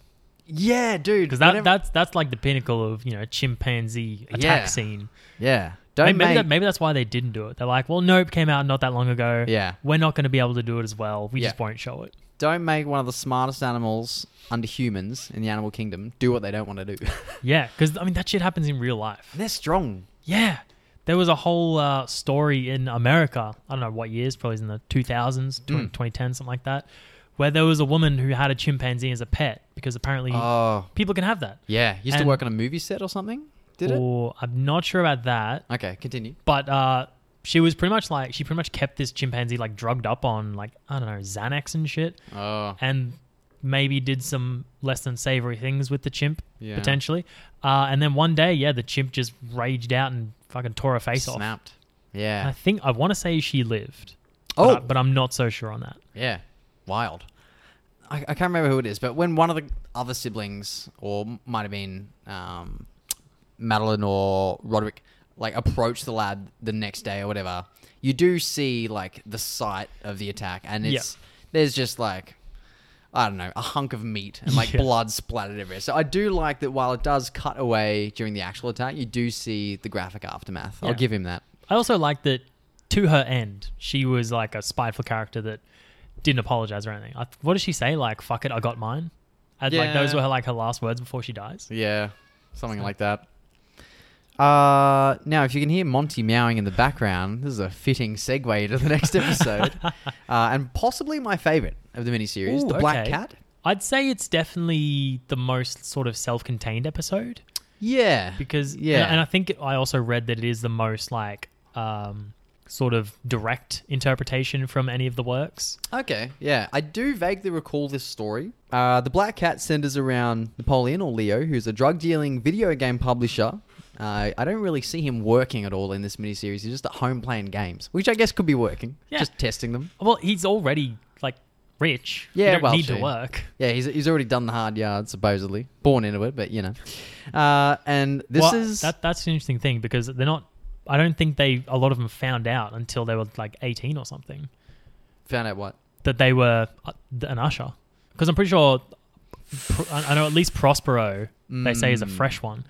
S1: yeah, dude.
S2: because that
S1: whenever-
S2: that's that's like the pinnacle of you know chimpanzee attack
S1: Yeah.
S2: scene.
S1: yeah.
S2: Maybe,
S1: Don't
S2: maybe,
S1: make
S2: that, maybe that's why they didn't do it. They're like, well, nope came out not that long ago.
S1: yeah.
S2: we're not going to be able to do it as well. We just
S1: Yeah.
S2: won't show it.
S1: Don't make one of the smartest animals under humans in the animal kingdom do what they don't want to do.
S2: Yeah, because I mean that shit happens in real life.
S1: They're strong.
S2: Yeah, there was a whole uh, story in America. I don't know what years, probably in the 2000s,
S1: Mm.
S2: 20, 2010, something like that, where there was a woman who had a chimpanzee as a pet because apparently
S1: Oh,
S2: people can have that.
S1: yeah. Used
S2: And-
S1: to work on a movie set or something. Did it?
S2: or I'm not sure about that.
S1: Okay, continue.
S2: but uh, she was pretty much like she pretty much kept this chimpanzee like drugged up on like I don't know Xanax and shit,
S1: Oh,
S2: and maybe did some less than savory things with the chimp
S1: Yeah.
S2: potentially. Uh, and then one day, yeah, the chimp just raged out and fucking tore her face off.
S1: snapped.
S2: And I
S1: Yeah.
S2: think I want to say she lived.
S1: Oh,
S2: but, I, but I'm not so sure on that.
S1: Yeah, wild. I, I can't remember who it is, but when one of the other siblings, or m- might have been um, Madeline or Roderick, like approached the lab the next day or whatever, you do see like the site of the attack, and
S2: Yeah.
S1: it's there's just like I don't know a hunk of meat and like
S2: Yeah.
S1: blood splattered everywhere. So I do like that while it does cut away during the actual attack, you do see the graphic aftermath. I'll
S2: Yeah.
S1: give him that.
S2: I also like that to her end, she was like a spiteful character that didn't apologize or anything. I, what does she say? Like, fuck it, I got mine. And, Like those
S1: Yeah.
S2: were her like her last words before she dies.
S1: Yeah, something like that. Uh, now, if you can hear Monty meowing in the background, this is a fitting segue to the next episode, uh, and possibly my favorite of the miniseries,
S2: Ooh,
S1: the Black
S2: okay.
S1: Cat.
S2: I'd say it's definitely the most sort of self-contained episode
S1: Yeah,
S2: because
S1: Yeah.
S2: and, and I think I also read that it is the most like um, sort of direct interpretation from any of the works.
S1: okay, yeah, I do vaguely recall this story. Uh, the Black Cat centers around Napoleon or Leo, who's a drug-dealing video game publisher. Uh, I don't really see him working at all in this miniseries. He's just at home playing games, which I guess could be working,
S2: Yeah.
S1: just testing them.
S2: Well, he's already like rich.
S1: Yeah,
S2: you don't
S1: well,
S2: need to
S1: true.
S2: work.
S1: Yeah, he's, he's already done the hard yard, supposedly. Born into it, but you know. Uh, and this
S2: well,
S1: is.
S2: that that's an interesting thing because they're not. I don't think they a lot of them found out until they were like eighteen or something
S1: found out what?
S2: that they were uh, an usher because I'm pretty sure Pro- I I know at least Prospero they say is a
S1: Mm.
S2: fresh one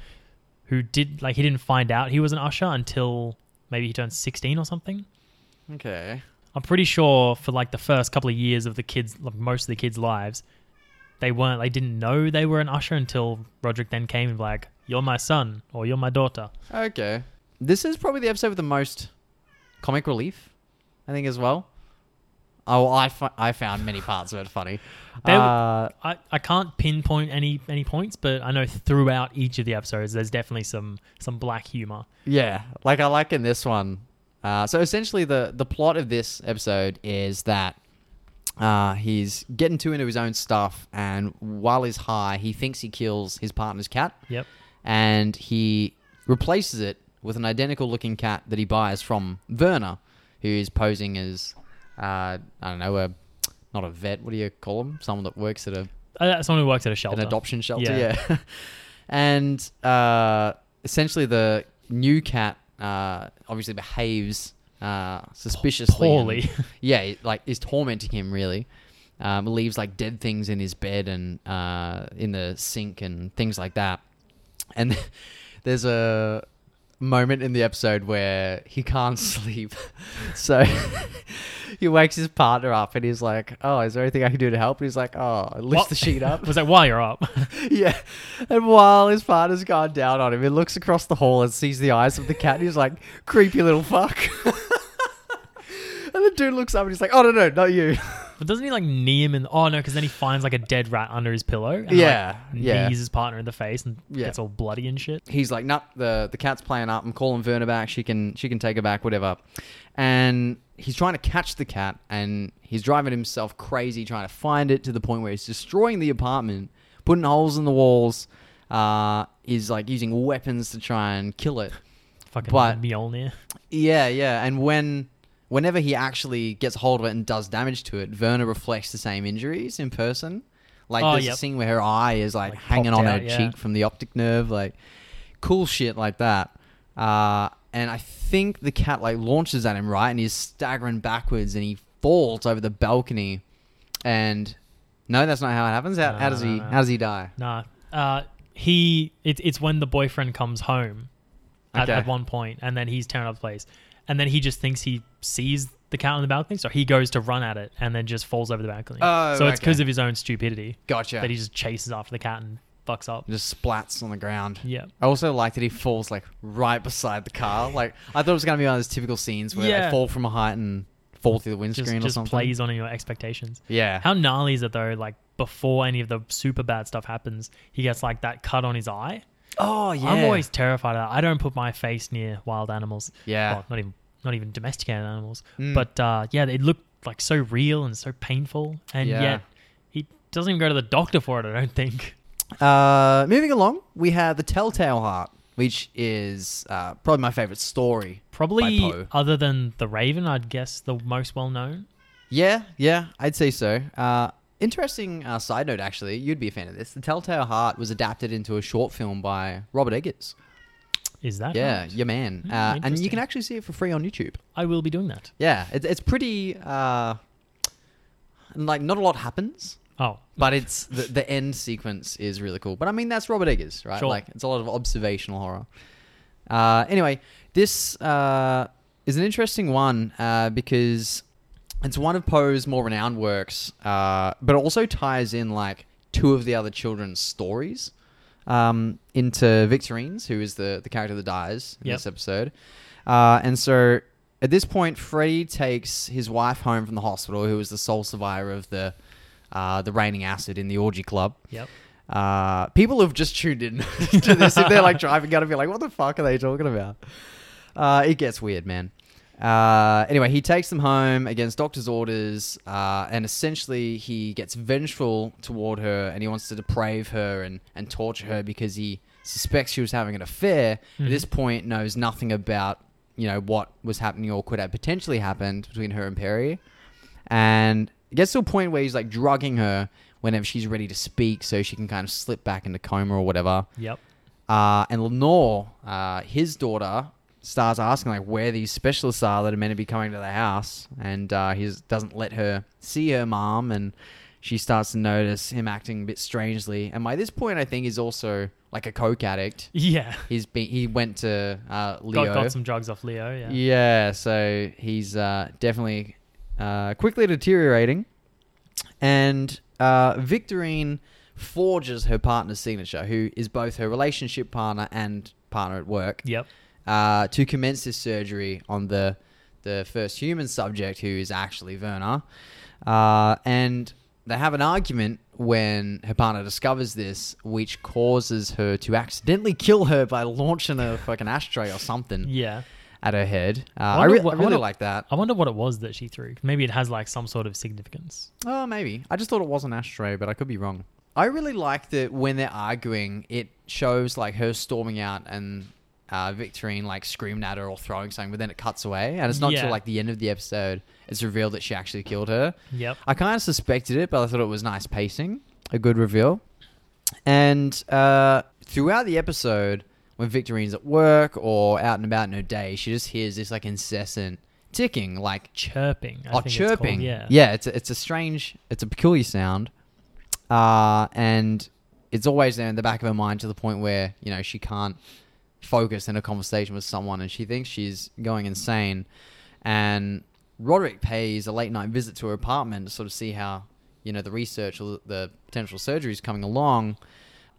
S2: who did like he didn't find out he was an usher until maybe he turned sixteen or something.
S1: Okay.
S2: I'm pretty sure for like the first couple of years of the kids, like most of the kids' lives, they weren't. They didn't know they were an usher until Roderick then came and was like, "You're my son" or "You're my daughter."
S1: Okay. This is probably the episode with the most comic relief, I think, as well. Oh, I, fi- I found many parts of it funny.
S2: They-
S1: Uh,
S2: I, I can't pinpoint any any points, but I know throughout each of the episodes, there's definitely some some black humor.
S1: Yeah, like I like in this one. Uh, so essentially, the the plot of this episode is that uh, he's getting too into his own stuff, and while he's high, he thinks he kills his partner's cat.
S2: Yep.
S1: and he replaces it with an identical looking cat that he buys from Werner, who is posing as uh, I don't know a not a vet. What do you call him? Someone that works at a
S2: Uh, that's someone who works at a shelter.
S1: an adoption shelter.
S2: Yeah.
S1: Yeah. and uh, essentially, the new cat uh, obviously behaves uh, suspiciously. and-
S2: poorly.
S1: yeah, it, like is tormenting him really. Um, leaves like dead things in his bed and uh, in the sink and things like that. And there's a moment in the episode where he can't sleep. so he wakes his partner up and he's like, Oh, is there anything I can do to help? And he's like, Oh, lift
S2: What?
S1: the sheet up
S2: was like, while you're up,
S1: yeah. And while his partner's gone down on him, he looks across the hall and sees the eyes of the cat. And he's like, creepy little fuck. and the dude looks up and he's like, oh, no, no, not you.
S2: but doesn't he like knee him in? The, oh no, because then he finds like a dead rat under his pillow. And,
S1: Yeah,
S2: like,
S1: yeah.
S2: Knees his partner in the face and
S1: Yeah.
S2: gets all bloody and shit.
S1: He's like, nah, the, the cat's playing up. I'm calling Verna back. She can, she can take her back, whatever. And he's trying to catch the cat and he's driving himself crazy trying to find it to the point where he's destroying the apartment, putting holes in the walls. Uh, is like using weapons to try and kill it.
S2: Fucking
S1: But-
S2: Mjolnir.
S1: Yeah, yeah. And when whenever he actually gets hold of it and does damage to it, Verna reflects the same injuries in person. Like
S2: Oh,
S1: there's
S2: yep.
S1: a scene where her eye is like,
S2: Like,
S1: hanging
S2: popped
S1: on
S2: out,
S1: her
S2: yeah.
S1: cheek from the optic nerve, like cool shit like that. Uh, and I think the cat like launches at him right, and he's staggering backwards, and he falls over the balcony, and no, that's not how it happens. How,
S2: No,
S1: how does
S2: no,
S1: he
S2: no.
S1: how does he die?
S2: Nah. Uh, he. It, it's when the boyfriend comes home at,
S1: Okay.
S2: at one point, and then he's tearing up the place, and then he just thinks he sees the cat on the balcony, so he goes to run at it, and then just falls over the balcony.
S1: Oh,
S2: so it's
S1: okay.
S2: because of his own stupidity
S1: Gotcha.
S2: that he just chases after the cat and fucks up.
S1: just splats on the ground.
S2: Yeah.
S1: I also like that he falls like right beside the car. Like I thought it was gonna be one of those typical scenes where they
S2: Yeah.
S1: fall from a height and fall through the
S2: Just,
S1: windscreen or
S2: just
S1: something.
S2: plays on your expectations.
S1: Yeah.
S2: How gnarly is it though? Like before any of the super bad stuff happens, he gets like that cut on his eye.
S1: oh yeah.
S2: I'm always terrified of that. I don't put my face near wild animals.
S1: Yeah.
S2: Well, not even not even domesticated animals.
S1: Mm.
S2: But uh, yeah, they look like so real and so painful, and
S1: Yeah.
S2: yet he doesn't even go to the doctor for it. I don't think.
S1: Uh, moving along, we have the Telltale Heart, which is uh, probably my favorite story. By
S2: Probably
S1: Poe.
S2: other than the Raven, I'd guess the most well known.
S1: Yeah, yeah, I'd say so. Uh, interesting uh, side note, actually, you'd be a fan of this. The Telltale Heart was adapted into a short film by Robert Eggers.
S2: Is that?
S1: Yeah,
S2: right?
S1: your man.
S2: Hmm,
S1: Uh, and you
S2: interesting.
S1: can actually see it for free on YouTube.
S2: I will be doing that.
S1: Yeah, it, it's pretty. Uh, like, not a lot happens,
S2: Oh,
S1: but it's the, the end sequence is really cool. But I mean, that's Robert Eggers, right?
S2: Sure.
S1: Like, it's a lot of observational horror. Uh, anyway, this uh, is an interesting one uh, because it's one of Poe's more renowned works, uh, but it also ties in like two of the other children's stories um, into Victorine's, who is the the character that dies in
S2: Yep.
S1: this episode. Uh, and so at this point, Freddy takes his wife home from the hospital, who is the sole survivor of the uh, the raining acid in the orgy club.
S2: yep.
S1: Uh, people have just tuned in to this. If they're like driving, gotta be like, what the fuck are they talking about? Uh, it gets weird, man. Uh, anyway, he takes them home against doctor's orders, uh, and essentially he gets vengeful toward her, and he wants to deprave her and, and torture her because he suspects she was having an affair. At this point, knows nothing about you know what was happening or could have potentially happened between her and Perry and it gets to a point where he's like drugging her whenever she's ready to speak so she can kind of slip back into coma or whatever
S2: Yep.
S1: uh, and lenore uh, his daughter starts asking like where these specialists are that are meant to be coming to the house and uh, he doesn't let her see her mom and she starts to notice him acting a bit strangely and by this point i think he's also like a coke addict
S2: Yeah.
S1: he's been he went to uh, leo
S2: Got, got some drugs off Leo. Yeah.
S1: yeah, so he's uh, definitely uh, quickly deteriorating. And uh, Victorine forges her partner's signature, who is both her relationship partner and partner at work,
S2: Yep.
S1: uh, to commence this surgery on the, the first human subject, who is actually Verna. Uh, and they have an argument when her partner discovers this, which causes her to accidentally kill her by launching a fucking ashtray or something
S2: Yeah.
S1: at her head. Uh, I,
S2: wonder
S1: re-
S2: what-
S1: I
S2: I
S1: really
S2: wonder-
S1: like that.
S2: I wonder what it was that she threw. Maybe it has like some sort of significance.
S1: Oh, maybe. I just thought it was an ashtray, but I could be wrong. I really like that when they're arguing, it shows like her storming out and uh, Victorine like screaming at her or throwing something, but then it cuts away, and it's not
S2: Yeah.
S1: until like the end of the episode it's revealed that she actually killed her.
S2: Yep.
S1: I kind of suspected it, but I thought it was nice pacing, a good reveal. And uh, throughout the episode, when Victorine's at work or out and about in her day, she just hears this like incessant ticking, like
S2: chirping. I
S1: Oh,
S2: think it's called.
S1: chirping.
S2: Yeah.
S1: yeah. It's a, it's a strange, it's a peculiar sound, uh, and it's always there in the back of her mind to the point where you know she can't focus in a conversation with someone, and she thinks she's going insane. And Roderick pays a late night visit to her apartment to sort of see how you know the research or the potential surgery is coming along.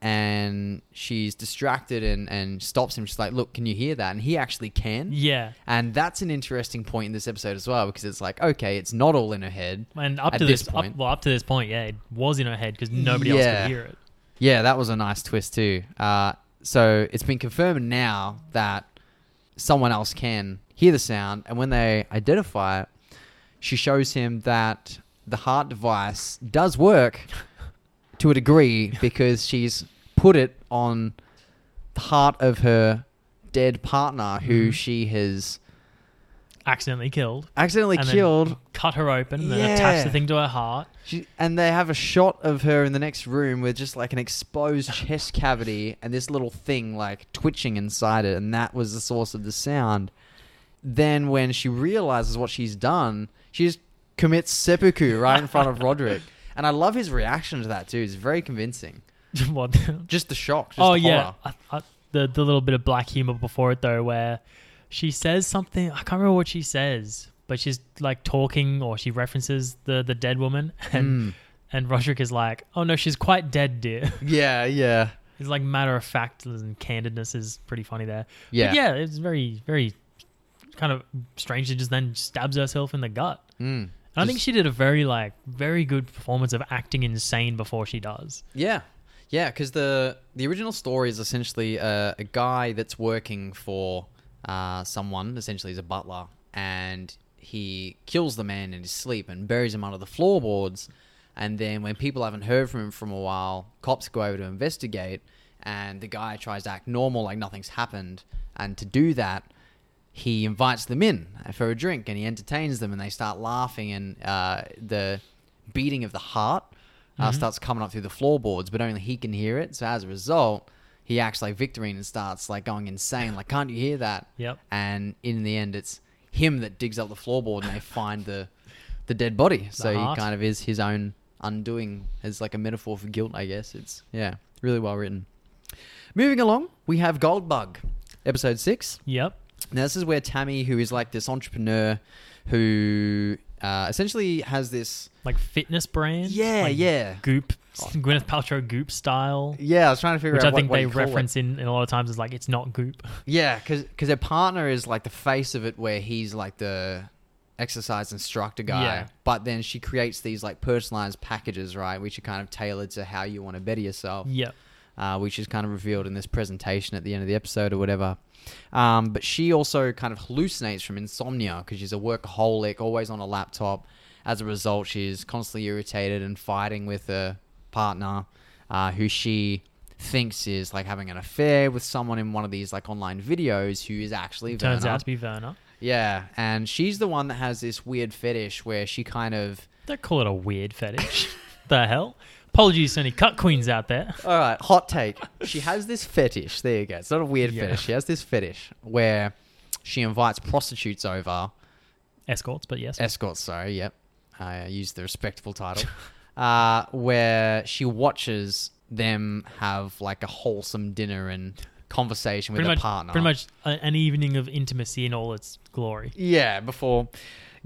S1: And she's distracted and, and stops him. She's like, "Look, can you hear that?" And he actually can.
S2: Yeah.
S1: And that's an interesting point in this episode as well because it's like, okay, it's not all in her head.
S2: And up
S1: At
S2: to
S1: this
S2: this,
S1: point.
S2: Up, well, up to this point, yeah, it was in her head because nobody else
S1: Yeah.
S2: could hear it.
S1: Yeah, that was a nice twist too. Uh, so it's been confirmed now that someone else can hear the sound, and when they identify it, she shows him that the heart device does work to a degree because she's put it on
S2: Mm-hmm.
S1: the heart of her dead partner who she has
S2: accidentally killed.
S1: accidentally
S2: and then
S1: killed.
S2: cut her open, and then attach the
S1: Yeah.
S2: thing to her heart.
S1: She, and they have a shot of her in the next room with just like an exposed chest cavity and this little thing like twitching inside it, and that was the source of the sound. Then, when she realizes what she's done, she just commits seppuku right in front of Roderick. And I love his reaction to that too. It's very convincing.
S2: what?
S1: Just the shock. Just
S2: oh
S1: the
S2: yeah,
S1: horror.
S2: I, I, the the little bit of black humor before it though, where she says something. I can't remember what she says, but she's like talking or she references the the dead woman,
S1: Hmm. Mm.
S2: and and Roderick is like, "Oh no, she's quite dead, dear."
S1: Yeah, yeah,
S2: It's like matter of fact and candidness is pretty funny there.
S1: Yeah.
S2: but yeah, it's very very kind of strange. She just then stabs herself in the gut.
S1: Mm.
S2: And I think she did a very like very good performance of acting insane before she does.
S1: yeah, yeah. Because the the original story is essentially a, a guy that's working for uh, someone. Essentially, he's a butler, and he kills the man in his sleep and buries him under the floorboards. And then, when people haven't heard from him from a while, cops go over to investigate, and the guy tries to act normal, like nothing's happened. And to do that, he invites them in for a drink and he entertains them and they start laughing and uh, the beating of the heart uh,
S2: Mm-hmm.
S1: starts coming up through the floorboards but only he can hear it so as a result he acts like victorine and starts like going insane like can't you hear that
S2: Yep.
S1: and in the end it's him that digs up the floorboard and they find the the dead body so he
S2: heart.
S1: kind of is his own undoing as like a metaphor for guilt i guess it's yeah really well written moving along we have goldbug episode 6
S2: Yep.
S1: now, this is where Tammy, who is like this entrepreneur who uh, essentially has this.
S2: Like fitness brand.
S1: Yeah,
S2: Like
S1: yeah.
S2: Goop Gwyneth Paltrow goop style.
S1: Yeah, I was trying to figure
S2: Which
S1: out
S2: I think
S1: what, what
S2: they
S1: you call it.
S2: reference in, in a lot of times is like it's not goop.
S1: Yeah, because their partner is like the face of it, where he's like the exercise instructor guy.
S2: Yeah.
S1: But then she creates these like personalized packages, right, which are kind of tailored to how you want to better yourself.
S2: yep.
S1: uh, which is kind of revealed in this presentation at the end of the episode or whatever. Um, but she also kind of hallucinates from insomnia because she's a workaholic, always on a laptop. As a result, she's constantly irritated and fighting with her partner, uh, who she thinks is like having an affair with someone in one of these like online videos who is actually
S2: Turns
S1: Verna.
S2: out to be Verna.
S1: yeah and she's the one that has this weird fetish where she kind of
S2: Don't call it a weird fetish. the hell? Apologies to any cut queens out there.
S1: All right, hot take. She has this fetish. There you go. It's not a weird
S2: Yeah.
S1: fetish. She has this fetish where she invites prostitutes over,
S2: Escorts, but yes.
S1: escorts. Sorry, yep. I used the respectful title. Uh, where she watches them have like a wholesome dinner and conversation with
S2: pretty
S1: a
S2: much
S1: partner.
S2: pretty much a, an evening of intimacy in all its glory.
S1: Yeah, before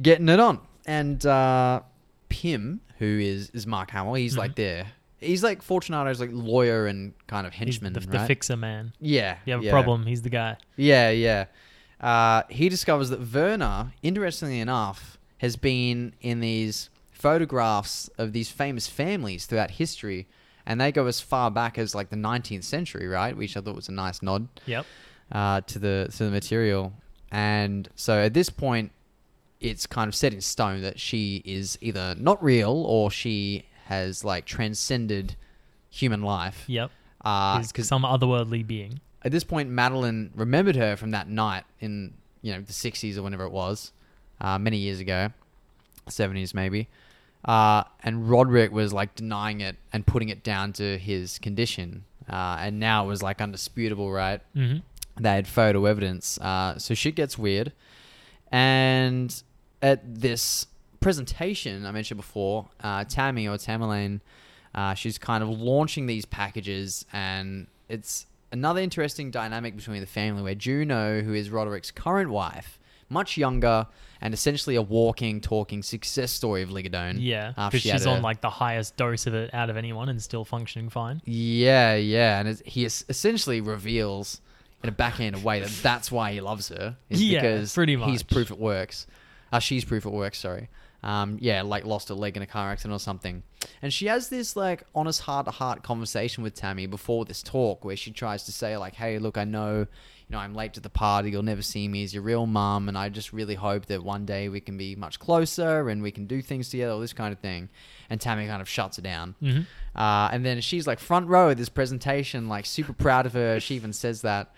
S1: getting it on. And uh, Pim, who is is Mark Hamill, he's like there. He's like Fortunato's like lawyer and kind of
S2: Mm-hmm. He's the,
S1: henchman,
S2: the
S1: right?
S2: fixer man.
S1: yeah,
S2: You have a
S1: yeah.
S2: problem, he's the guy.
S1: Yeah, yeah. Uh, he discovers that Werner, interestingly enough, has been in these photographs of these famous families throughout history, and they go as far back as like the 19th century, right? Which I thought was a nice nod
S2: Yep.
S1: uh, to the to the material. And so at this point, it's kind of set in stone that she is either not real or she has like transcended human life.
S2: Yep.
S1: Uh,
S2: He's
S1: 'cause-
S2: some otherworldly being.
S1: at this point, Madeline remembered her from that night in you know the '60s or whenever it was, uh, many years ago, '70s maybe. Uh, and Roderick was like denying it and putting it down to his condition, uh, and now it was like undisputable, right?
S2: hmm
S1: They had photo evidence, uh, so shit gets weird. And at this presentation I mentioned before, uh, Tammy or Tamerlane, uh, she's kind of launching these packages, and it's another interesting dynamic between the family where Juno, who is Roderick's current wife, much younger and essentially a walking, talking success story of Ligadone.
S2: Yeah,
S1: after
S2: because
S1: she had
S2: she's on
S1: her-
S2: like the highest dose of it out of anyone and still functioning fine.
S1: Yeah, yeah, and it's, he es- essentially reveals in a backhanded way that that's why he loves her. Is
S2: Yeah,
S1: because
S2: pretty
S1: He's
S2: much.
S1: proof it works. Uh, she's proof it works. Sorry. Um, yeah, like lost a leg in a car accident or something. And she has this like honest heart to heart conversation with Tammy before this talk, where she tries to say like, "Hey, look, I know, you know, I'm late to the party. You'll never see me as your real mum, and I just really hope that one day we can be much closer and we can do things together, all this kind of thing." And Tammy kind of shuts her down.
S2: Mhm.
S1: Uh, and then she's like front row at this presentation, like super proud of her. She even says that.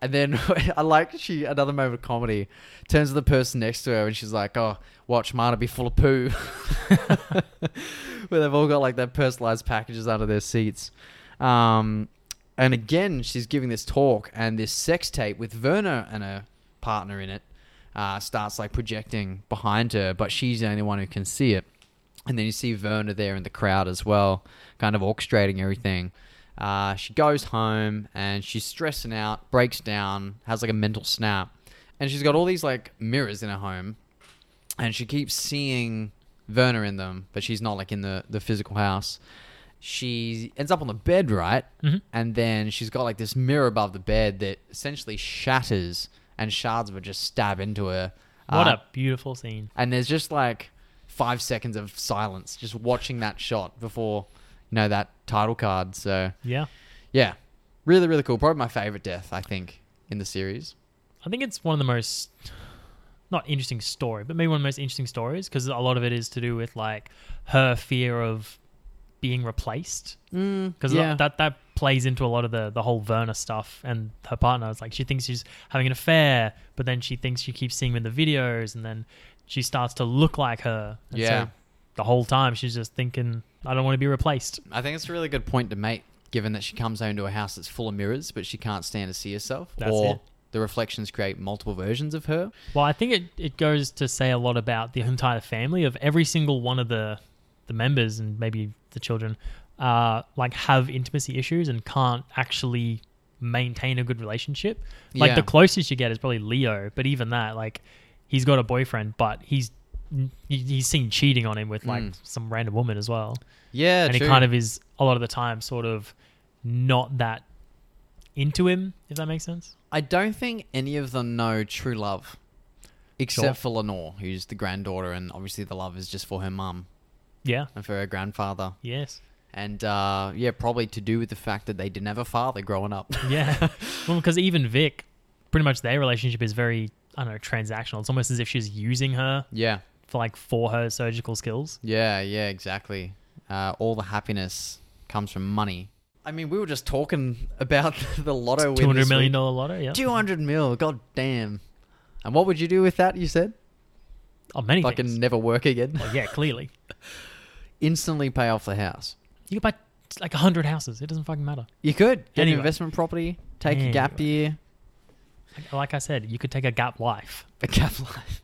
S1: And then I like she another moment of comedy turns to the person next to her and she's like, "Oh, watch Marta be full of poo," where they've all got like their personalized packages under their seats. Um, and again, she's giving this talk and this sex tape with Werner and her partner in it uh, starts like projecting behind her, but she's the only one who can see it. And then you see Werner there in the crowd as well, kind of orchestrating everything. Uh, she goes home and she's stressing out, breaks down, has like a mental snap. And she's got all these like mirrors in her home. And she keeps seeing Werner in them, but she's not like in the, the physical house. She ends up on the bed, right?
S2: Mhm.
S1: And then she's got like this mirror above the bed that essentially shatters and shards of it just stab into her.
S2: What
S1: Uh,
S2: a beautiful scene.
S1: and there's just like five seconds of silence just watching that shot before you know that title card so
S2: Yeah.
S1: yeah really really cool probably my favorite death i think in the series
S2: I think it's one of the most not interesting story, but maybe one of the most interesting stories because a lot of it is to do with like her fear of being replaced because that that plays into a lot of the the whole Verna stuff and her partner. It's like she thinks she's having an affair, but then she thinks she keeps seeing him in the videos, and then she starts to look like her. And
S1: Yeah.
S2: So the whole time she's just thinking, I don't want to be replaced.
S1: i think it's a really good point to make given that she comes home to a house that's full of mirrors but she can't stand to see herself
S2: That's
S1: or
S2: it.
S1: the reflections create multiple versions of her
S2: Well, I think it, it goes to say a lot about the entire family of every single one of the the members and maybe the children uh, like have intimacy issues and can't actually maintain a good relationship. Like
S1: Yeah.
S2: the closest you get is probably Leo, but even that, like he's got a boyfriend, but he's he- he's seen cheating on him with like
S1: Mm.
S2: some random woman as well,
S1: yeah
S2: and
S1: true.
S2: he kind of is a lot of the time sort of not that into him, if that makes sense.
S1: i don't think any of them know true love except
S2: Sure.
S1: for lenore who's the granddaughter and obviously the love is just for her mum
S2: Yeah.
S1: and for her grandfather
S2: Yes.
S1: and uh, yeah, probably to do with the fact that they didn't have a father growing up.
S2: Yeah. well, because even Vic, pretty much their relationship is very, I don't know, transactional. It's almost as if she's using her
S1: yeah,
S2: for like for her surgical skills.
S1: yeah, yeah, exactly. Uh, all the happiness comes from money. I mean, we were just talking about the lotto win.
S2: Two hundred million
S1: dollars.
S2: dollar lotto. Yeah.
S1: Two hundred mil. God damn. And what would you do with that? You said
S2: Oh, many
S1: fucking
S2: things.
S1: never work again.
S2: Well, yeah, clearly.
S1: Instantly pay off the house.
S2: You could buy like hundred houses. It doesn't fucking matter.
S1: You could get an
S2: Anyway.
S1: investment property, take a gap
S2: Anyway.
S1: year,
S2: Like, like I said, you could take a gap life.
S1: a gap life.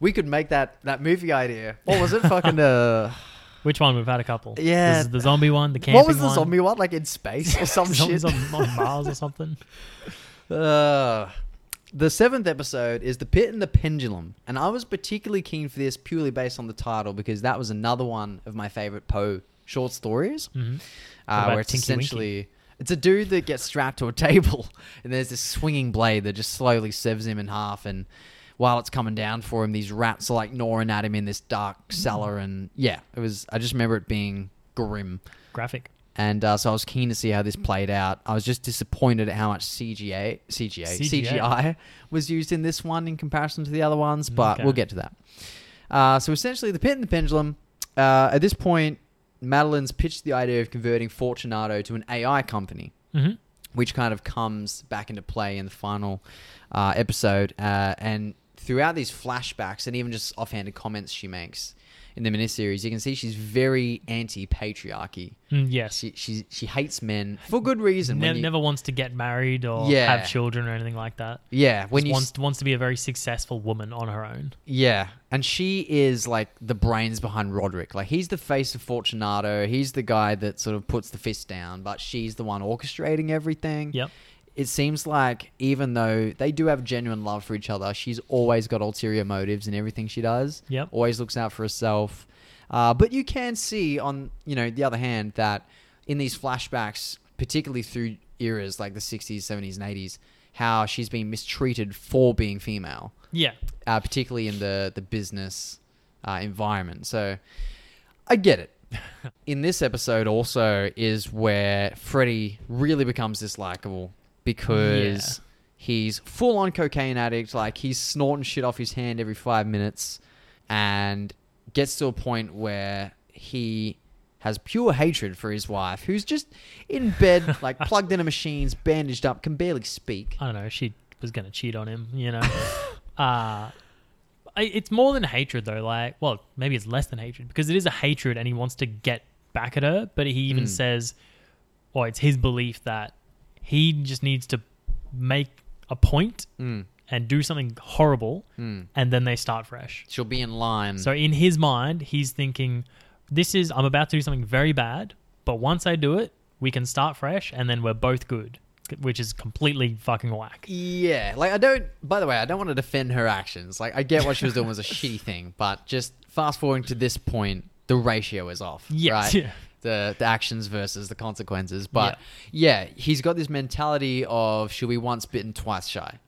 S1: We could make that that movie idea. What was it? Fucking uh.
S2: Which one? We've had a couple.
S1: Yeah.
S2: This is the zombie one. The camping
S1: What was the
S2: one.
S1: zombie one? Like in space or some
S2: Zombies
S1: shit?
S2: on, on Mars or something.
S1: Uh, the seventh episode is The Pit and the Pendulum. And I was particularly keen for this purely based on the title because that was another one of my favorite Poe short stories.
S2: Mhm.
S1: Uh,
S2: about
S1: where it's
S2: Tinky Winky?
S1: essentially. It's a dude that gets strapped to a table and there's this swinging blade that just slowly severs him in half. And while it's coming down for him, these rats are like gnawing at him in this dark cellar.
S2: Mm.
S1: And yeah, it was. I just remember it being grim.
S2: Graphic.
S1: And uh, so I was keen to see how this played out. I was just disappointed at how much CGA, CGA, CGI,
S2: CGI.
S1: was used in this one in comparison to the other ones, but
S2: Okay.
S1: we'll get to that. Uh, so essentially, the pit and the pendulum. Uh, at this point, Madeline's pitched the idea of converting Fortunato to an AI company,
S2: Mm-hmm.
S1: which kind of comes back into play in the final uh, episode. Uh, and throughout these flashbacks and even just offhanded comments she makes in the miniseries, you can see she's very anti patriarchy
S2: Mm, yes.
S1: she she she hates men for good reason.
S2: Ne-
S1: when you-
S2: never wants to get married or
S1: Yeah.
S2: have children or anything like that.
S1: yeah, when
S2: Just
S1: you
S2: wants wants to be a very successful woman on her own.
S1: yeah, and she is like the brains behind Roderick. Like he's the face of Fortunato. He's the guy that sort of puts the fist down, but she's the one orchestrating everything.
S2: Yep.
S1: It seems like even though they do have genuine love for each other, she's always got ulterior motives in everything she does.
S2: Yep.
S1: Always looks out for herself. Uh, but you can see on you know the other hand that in these flashbacks, particularly through eras like the 60s, 70s, and 80s, how she's been mistreated for being female,
S2: Yeah.
S1: uh, particularly in the the business uh, environment. So I get it. in this episode, also is where Freddy really becomes dislikable because he's full on cocaine addict. Like he's snorting shit off his hand every five minutes, and gets to a point where he has pure hatred for his wife, who's just in bed, like plugged into machines, bandaged up, can barely speak.
S2: I don't know. She was going to cheat on him, you know. uh, I, it's more than hatred, though. Like, well, maybe it's less than hatred because it is a hatred and he wants to get back at her. But he
S1: Hmm.
S2: even says, well, it's his belief that he just needs to make a point
S1: Mm.
S2: and do something horrible
S1: Mm.
S2: and then they start fresh.
S1: She'll be in line.
S2: So in his mind, he's thinking, this is, I'm about to do something very bad, but once I do it, we can start fresh and then we're both good, which is completely fucking whack.
S1: yeah, like I don't. By the way, I don't want to defend her actions. Like I get what she was doing was a shitty thing, but just fast forwarding to this point, the ratio is off.
S2: Yes,
S1: right?
S2: yeah.
S1: The the actions versus the consequences. But yeah, he's got this mentality of she'll be once bitten, twice shy,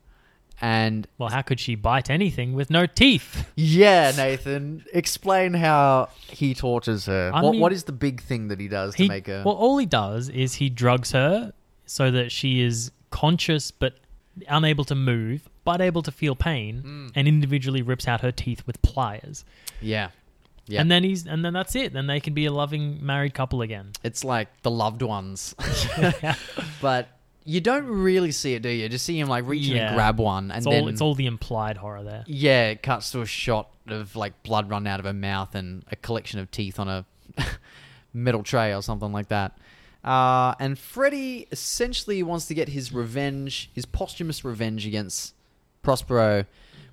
S1: and
S2: Well, how could she bite anything with no teeth?
S1: Yeah, Nathan. Explain how he tortures her.
S2: I
S1: what,
S2: mean-
S1: what is the big thing that he does to
S2: He,
S1: make her?
S2: well, all he does is he drugs her so that she is conscious but unable to move, but able to feel pain,
S1: Mm.
S2: and individually rips out her teeth with pliers.
S1: yeah, yeah.
S2: And then he's, and then that's it. Then they can be a loving married couple again.
S1: it's like the loved ones, but you don't really see it, do you? Just see him like reach in and
S2: Yeah.
S1: grab one, and
S2: It's
S1: then
S2: all, it's all the implied horror there.
S1: yeah, it cuts to a shot of like blood running out of her mouth and a collection of teeth on a metal tray or something like that. Uh, and Freddy essentially wants to get his revenge, his posthumous revenge against Prospero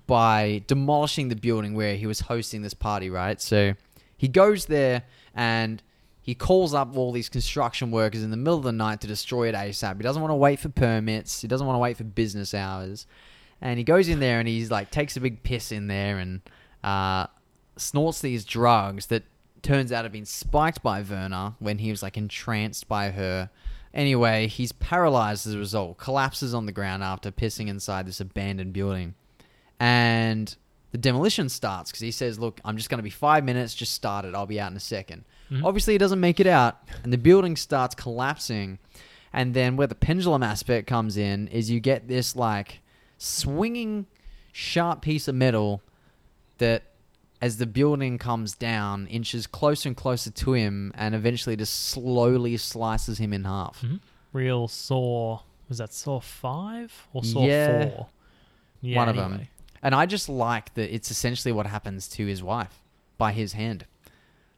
S1: by demolishing the building where he was hosting this party, right? So he goes there and he calls up all these construction workers in the middle of the night to destroy it ASAP. He doesn't want to wait for permits, he doesn't want to wait for business hours. And he goes in there and he's like takes a big piss in there and uh, snorts these drugs that turns out have been spiked by Verna when he was like entranced by her. Anyway, he's paralyzed as a result, collapses on the ground after pissing inside this abandoned building. And the demolition starts because he says, Look, I'm just going to be five minutes, just start it. I'll be out in a 2nd Obviously, he doesn't make it out, and the building starts collapsing. And then where the pendulum aspect comes in is you get this like swinging, sharp piece of metal that as the building comes down, inches closer and closer to him, and eventually just slowly slices him in half.
S2: Hmm.
S1: Hmm?
S2: Real Saw, was that Saw 5 or Saw
S1: Yeah.
S2: 4? Yeah,
S1: One of them.
S2: anyway.
S1: And I just like that it's essentially what happens to his wife by his hand.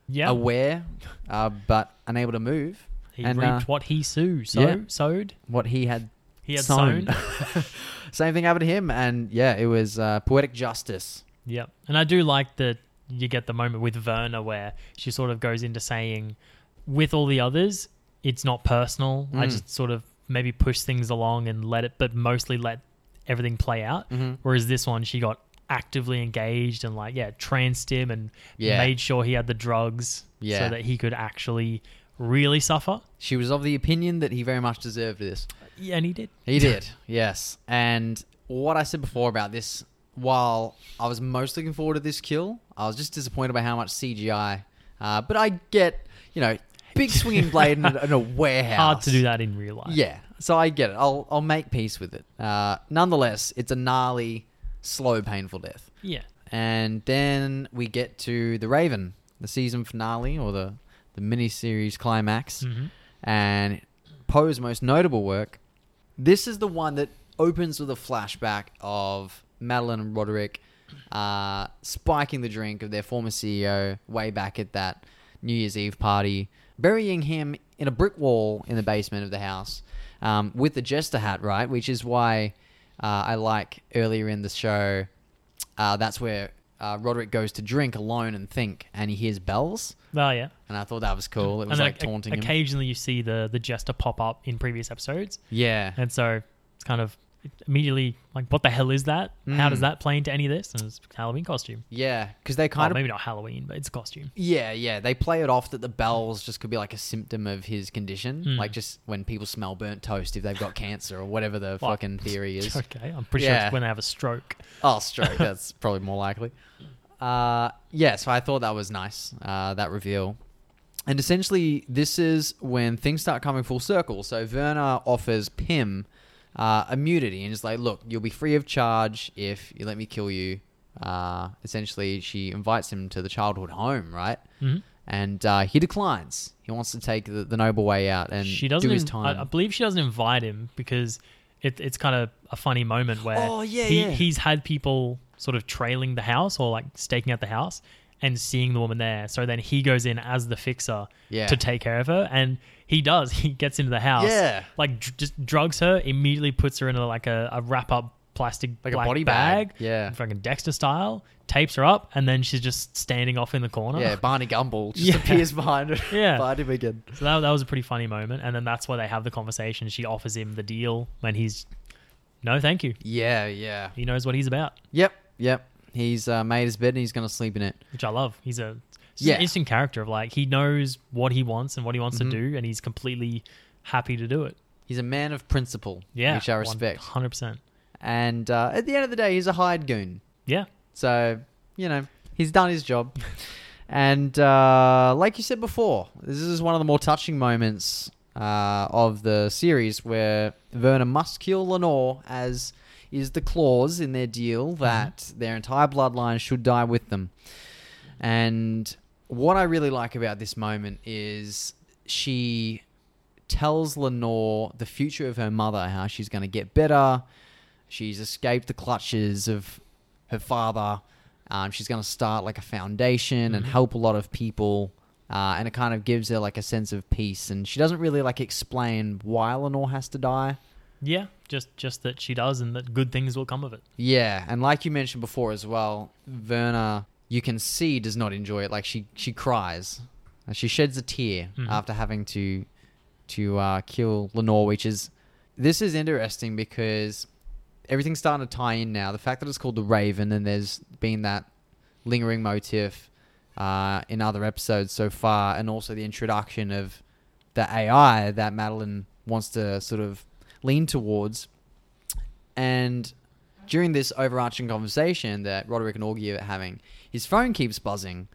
S2: Yeah.
S1: Aware, uh, but unable to move.
S2: He
S1: and,
S2: reaped
S1: uh,
S2: what he sowed. So,
S1: yeah.
S2: Sowed?
S1: What he had.
S2: He had
S1: Sown.
S2: sown.
S1: Same thing happened to him. And yeah, it was uh, poetic justice.
S2: Yep. And I do like that you get the moment with Verna where she sort of goes into saying, with all the others, it's not personal. I
S1: Mm.
S2: just sort of maybe push things along and let it, but mostly let everything play out.
S1: Mhm.
S2: Whereas this one, she got actively engaged and like, yeah, tranced him and
S1: Yeah.
S2: made sure he had the drugs
S1: Yeah.
S2: so that he could actually really suffer.
S1: She was of the opinion that he very much deserved this.
S2: Yeah, and he did.
S1: He did, yes. And what I said before about this, while I was most looking forward to this kill, I was just disappointed by how much CGI. Uh, but I get, you know, big swinging blade in a, in a warehouse.
S2: Hard to do that in real life.
S1: Yeah, so I get it. I'll I'll make peace with it. Uh, nonetheless, it's a gnarly, slow, painful death.
S2: Yeah.
S1: And then we get to the Raven, the season finale or the the miniseries climax,
S2: Mhm.
S1: and Poe's most notable work. This is the one that opens with a flashback of Madeline and Roderick uh, spiking the drink of their former CEO way back at that New Year's Eve party, burying him in a brick wall in the basement of the house um, with the jester hat, right? Which is why uh, I like earlier in the show uh, that's where uh, Roderick goes to drink alone and think, and he hears bells.
S2: Oh, yeah.
S1: And I thought that was cool. It was
S2: then
S1: like
S2: o-
S1: taunting him.
S2: Occasionally, you see the the jester pop up in previous episodes,
S1: Yeah,
S2: and so it's kind of immediately like, what the hell is that? How does
S1: Mm.
S2: that play into any of this? And it's a Halloween costume.
S1: yeah, because they
S2: Well,
S1: kind of
S2: Oh, maybe not Halloween, but it's a costume.
S1: yeah, yeah. They play it off that the bells just could be like a symptom of his condition,
S2: Hmm.
S1: like just when people smell burnt toast if they've got cancer or whatever the
S2: Well,
S1: fucking theory is.
S2: Okay, I'm pretty sure
S1: Yeah.
S2: it's when they have a stroke.
S1: Oh, stroke. That's probably more likely. Uh, yeah, so I thought that was nice, uh, that reveal. And essentially, this is when things start coming full circle. So Verna offers Pym uh, immunity and is like, look, you'll be free of charge if you let me kill you. Uh, essentially, she invites him to the childhood home, right?
S2: Mhm.
S1: and uh, he declines. He wants to take the, the noble way out and
S2: she doesn't.
S1: do his
S2: in-
S1: time.
S2: I, I believe she doesn't invite him because it, it's kind of a funny moment where
S1: Oh, yeah,
S2: he,
S1: yeah.
S2: he's had people sort of trailing the house or like staking out the house and seeing the woman there. So then he goes in as the fixer
S1: Yeah.
S2: to take care of her, and he does. He gets into the house,
S1: Yeah.
S2: like dr- just drugs her, immediately puts her in a, like a, a wrap up plastic
S1: Like a
S2: black
S1: body bag.
S2: bag,
S1: Yeah.
S2: fucking Dexter style, tapes her up, and then she's just standing off in the corner.
S1: yeah, Barney Gumble just
S2: Yeah.
S1: appears behind her.
S2: Yeah.
S1: behind him again.
S2: So that, that was a pretty funny moment. And then that's why they have the conversation. She offers him the deal when he's, no, thank you.
S1: Yeah, yeah.
S2: He knows what he's about,
S1: Yep, yep. He's uh, made his bed and he's going to sleep in it.
S2: which I love. He's a it's just
S1: Yeah. Mm-hmm.
S2: an interesting character of like, he knows what he wants and what he wants to do, and he's completely happy to do it.
S1: He's a man of principle,
S2: Yeah.
S1: which I respect.
S2: 100%.
S1: And uh, at the end of the day, he's a hired goon.
S2: Yeah.
S1: So, you know, he's done his job. and uh, like you said before, this is one of the more touching moments uh, of the series where Verna must kill Lenore, as is the clause in their deal that their entire bloodline should die with them. And what I really like about this moment is she tells Lenore the future of her mother, how she's going to get better. She's escaped the clutches of her father. Um, she's going to start like a foundation and help a lot of people. Uh, and it kind of gives her like a sense of peace. And she doesn't really like explain why Lenore has to die.
S2: Yeah. Just, just that she does and that good things will come of it.
S1: Yeah, and like you mentioned before as well, Verna, you can see does not enjoy it. Like she she cries, and she sheds a tear
S2: Mhm.
S1: after having to to uh, kill Lenore, which is this is interesting because everything's starting to tie in now. The fact that it's called the Raven and there's been that lingering motif uh, in other episodes so far, and also the introduction of the AI that Madeline wants to sort of lean towards. And during this overarching conversation that Roderick and Augie are having, his phone keeps buzzing.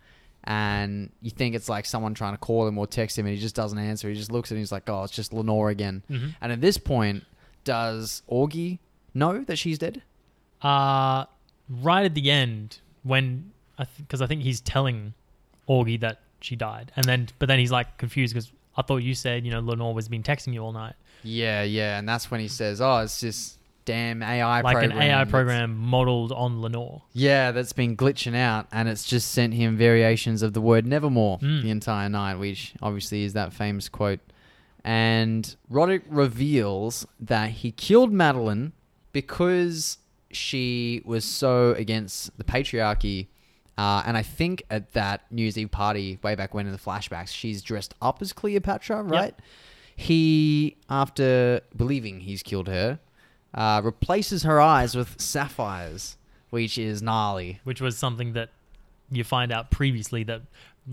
S1: And you think it's like someone trying to call him or text him, and he just doesn't answer. He just looks at him, he's like, oh, it's just Lenore again.
S2: Mhm.
S1: And at this point, does Augie know that she's dead?
S2: Uh, right at the end, when, I because I think he's telling Augie that she died. And then, but then he's like confused because I thought you said, you know, Lenore has been texting you all night.
S1: Yeah, yeah. And that's when he says, oh, it's just damn AI
S2: like
S1: program.
S2: an AI
S1: that's-
S2: program modeled on Lenore.
S1: Yeah, that's been glitching out, and it's just sent him variations of the word nevermore
S2: Mm.
S1: the entire night, which obviously is that famous quote. And Roderick reveals that he killed Madeline because she was so against the patriarchy. Uh, and I think at that New Year's Eve party way back when in the flashbacks, she's dressed up as Cleopatra, right? He, after believing he's killed her, uh, replaces her eyes with sapphires, which is gnarly.
S2: which was something that you find out previously that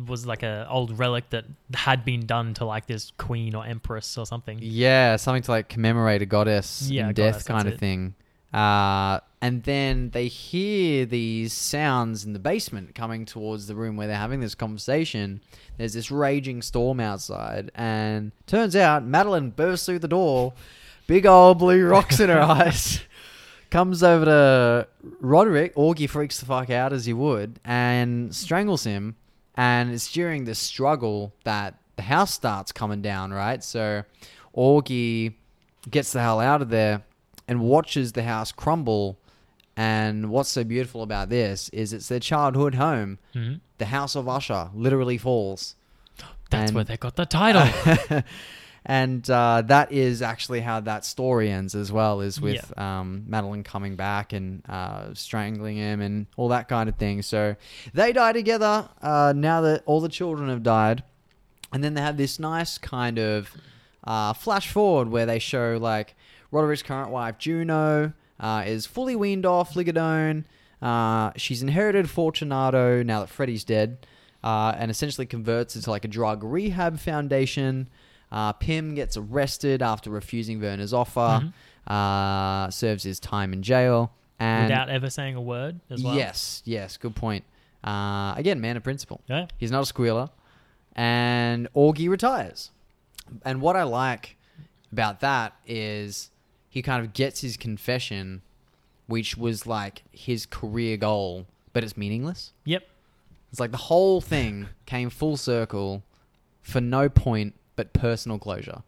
S2: was like a old relic that had been done to like this queen or empress or something.
S1: Yeah, something to like commemorate a goddess
S2: Yeah,
S1: in
S2: a
S1: death
S2: goddess,
S1: kind of
S2: that's it.
S1: thing. Uh, and then they hear these sounds in the basement coming towards the room where they're having this conversation. There's this raging storm outside, and turns out Madeline bursts through the door, big old blue rocks in her eyes. Comes over to Roderick, Augie freaks the fuck out as he would, and strangles him. And it's during this struggle that the house starts coming down, right? So Augie gets the hell out of there and watches the house crumble. And what's so beautiful about this is it's their childhood home.
S2: Mhm.
S1: The house of Usher literally falls.
S2: That's
S1: And-
S2: where they got the title.
S1: and uh, that is actually how that story ends as well, is with um, Madeline coming back and uh, strangling him and all that kind of thing. So they die together uh, now that all the children have died. And then they have this nice kind of uh, flash forward where they show like Roderick's current wife Juno uh, is fully weaned off Ligadone. Uh, she's inherited Fortunato now that Freddy's dead, uh, and essentially converts into like a drug rehab foundation. Uh, Pym gets arrested after refusing Werner's
S2: Mm-hmm.
S1: offer, uh, serves his time in jail, and
S2: without ever saying a word as well.
S1: yes, yes, good point. Uh, again, man of principle.
S2: Yeah.
S1: He's not a squealer. And Augie retires. And what I like about that is he kind of gets his confession, which was like his career goal, but it's meaningless.
S2: Yep.
S1: It's It's like the whole thing came full circle for no point but personal closure.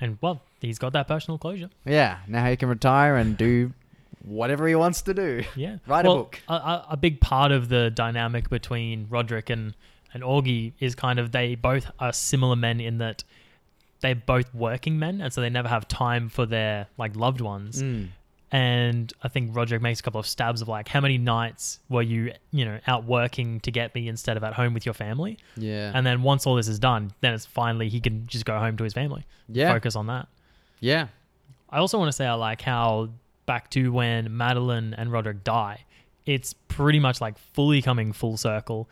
S2: And well, he's got that personal closure.
S1: Yeah, now he can retire and do whatever he wants to do.
S2: Yeah,
S1: Write a
S2: Well,
S1: book.
S2: A- A, a big part of the dynamic between Roderick and and Augie is kind of they both are similar men in that they're both working men, and so they never have time for their like loved ones.
S1: Mm.
S2: And I think Roderick makes a couple of stabs of like, how many nights were you, you know, out working to get me instead of at home with your family?
S1: Yeah.
S2: And then once all this is done, then it's finally he can just go home to his family.
S1: yeah.
S2: Focus on that.
S1: Yeah.
S2: I also want to say I like how back to when Madeline and Roderick die, it's pretty much like fully coming full circle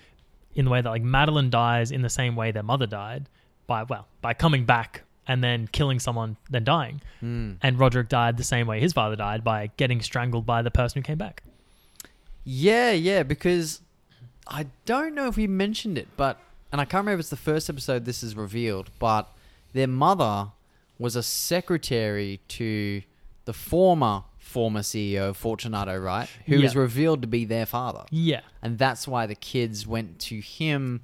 S2: in the way that like Madeline dies in the same way their mother died by well, by coming back and then killing someone then dying.
S1: Mm.
S2: And Roderick died the same way his father died by getting strangled by the person who came back.
S1: Yeah, yeah, because I don't know if we mentioned it, but and I can't remember if it's the first episode this is revealed, but their mother was a secretary to the former former CEO Fortunato, right? Who was
S2: Yeah.
S1: revealed to be their father.
S2: Yeah.
S1: And that's why the kids went to him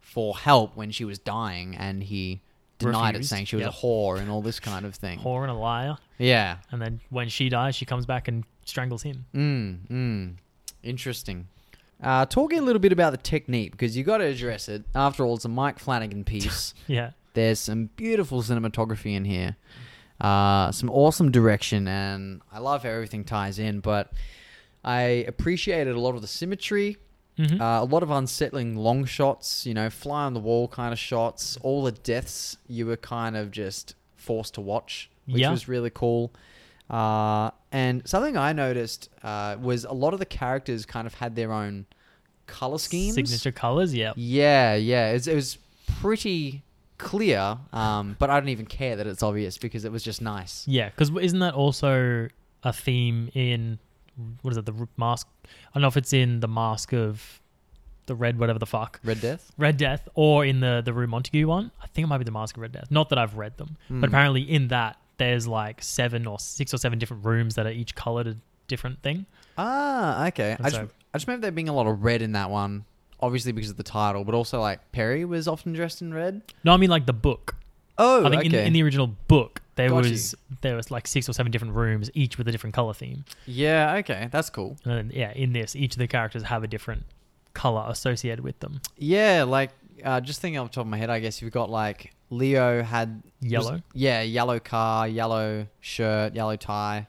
S1: for help when she was dying and he denied
S2: Refused,
S1: it saying she was
S2: yep.
S1: a whore and all this kind of thing.
S2: Whore and a liar.
S1: Yeah.
S2: And then when she dies, she comes back and strangles him.
S1: Mm, mm. Interesting. Uh, talking a little bit about the technique because you got to address it. After all, it's a Mike Flanagan piece.
S2: Yeah.
S1: There's some beautiful cinematography in here, uh, some awesome direction, and I love how everything ties in. But I appreciated a lot of the symmetry,
S2: Mhm.
S1: uh, a lot of unsettling long shots, you know, fly on the wall kind of shots. All the deaths you were kind of just forced to watch, which
S2: Yeah.
S1: was really cool. Uh, and something I noticed uh, was a lot of the characters kind of had their own color schemes.
S2: Signature colors. Yeah.
S1: Yeah, yeah. It was, it was pretty clear, um, but I don't even care that it's obvious because it was just nice.
S2: Yeah, because isn't that also a theme in what is it? The R- mask. I don't know if it's in the mask of the red, whatever the fuck,
S1: Red Death?
S2: Red Death, or in the the Rue Montague one. I think it might be the mask of Red Death. Not that I've read them, but
S1: Mm.
S2: apparently in that there's like seven or six or seven different rooms that are each colored a different thing.
S1: Ah, okay. I
S2: And
S1: just,
S2: so-
S1: I just remember there being a lot of red in that one, obviously because of the title, but also like Perry was often dressed in red.
S2: No, I mean like the book.
S1: Oh,
S2: I think in,
S1: okay.
S2: in the original book there
S1: Got you.
S2: was there was like six or seven different rooms, each with a different color theme.
S1: yeah, okay. That's cool.
S2: And then, yeah, in this, each of the characters have a different color associated with them.
S1: Yeah, like uh, just thinking off the top of my head, I guess you've got like Leo had was-
S2: Yellow.
S1: yeah, yellow car, yellow shirt, yellow tie.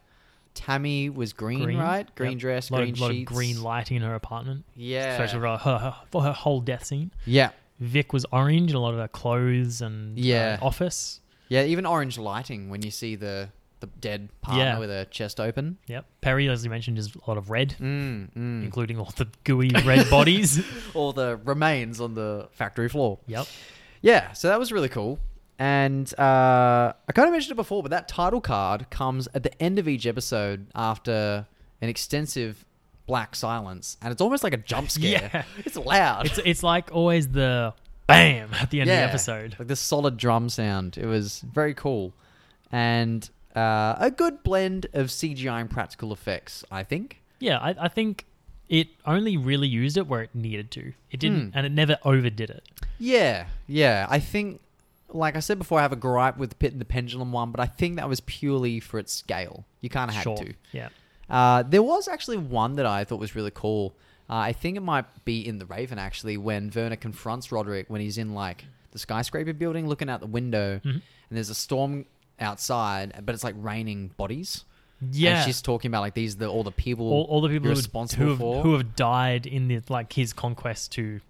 S1: Tammy was green,
S2: Green,
S1: right? Green
S2: yep.
S1: dress,
S2: lot
S1: green
S2: of, lot of
S1: sheets.
S2: green lighting in her apartment,
S1: Yeah.
S2: especially for her, her for her whole death scene.
S1: yeah.
S2: Vic was orange in a lot of her clothes and uh,
S1: Yeah.
S2: office.
S1: Yeah, even orange lighting when you see the the dead partner
S2: Yeah.
S1: with her chest open.
S2: Yep. Perry, as you mentioned, is a lot of red,
S1: Mm, mm.
S2: including all the gooey red bodies.
S1: All the remains on the factory floor.
S2: Yep.
S1: Yeah, so that was really cool. And uh, I kind of mentioned it before, but that title card comes at the end of each episode after an extensive black silence, and it's almost like a jump scare.
S2: Yeah.
S1: It's loud.
S2: It's it's like always the bam at the end
S1: Yeah,
S2: of the episode.
S1: Like this solid drum sound. It was very cool. And uh, a good blend of CGI and practical effects, I think.
S2: Yeah, I, I think it only really used it where it needed to. It didn't,
S1: Hmm.
S2: and it never overdid it.
S1: Yeah, yeah. I think, like I said before, I have a gripe with the Pit and the Pendulum one, but I think that was purely for its scale. You kind of had
S2: sure.
S1: to.
S2: Yeah.
S1: Uh, there was actually one that I thought was really cool. Uh, I think it might be in The Raven, actually, when Werner confronts Roderick when he's in, like, the skyscraper building looking out the window,
S2: Mm-hmm.
S1: and there's a storm outside, but it's, like, raining bodies.
S2: Yeah.
S1: And she's talking about, like, these are the, all the people
S2: all, all the people
S1: you're
S2: who,
S1: responsible
S2: who, have,
S1: for.
S2: who have died in the like his conquest to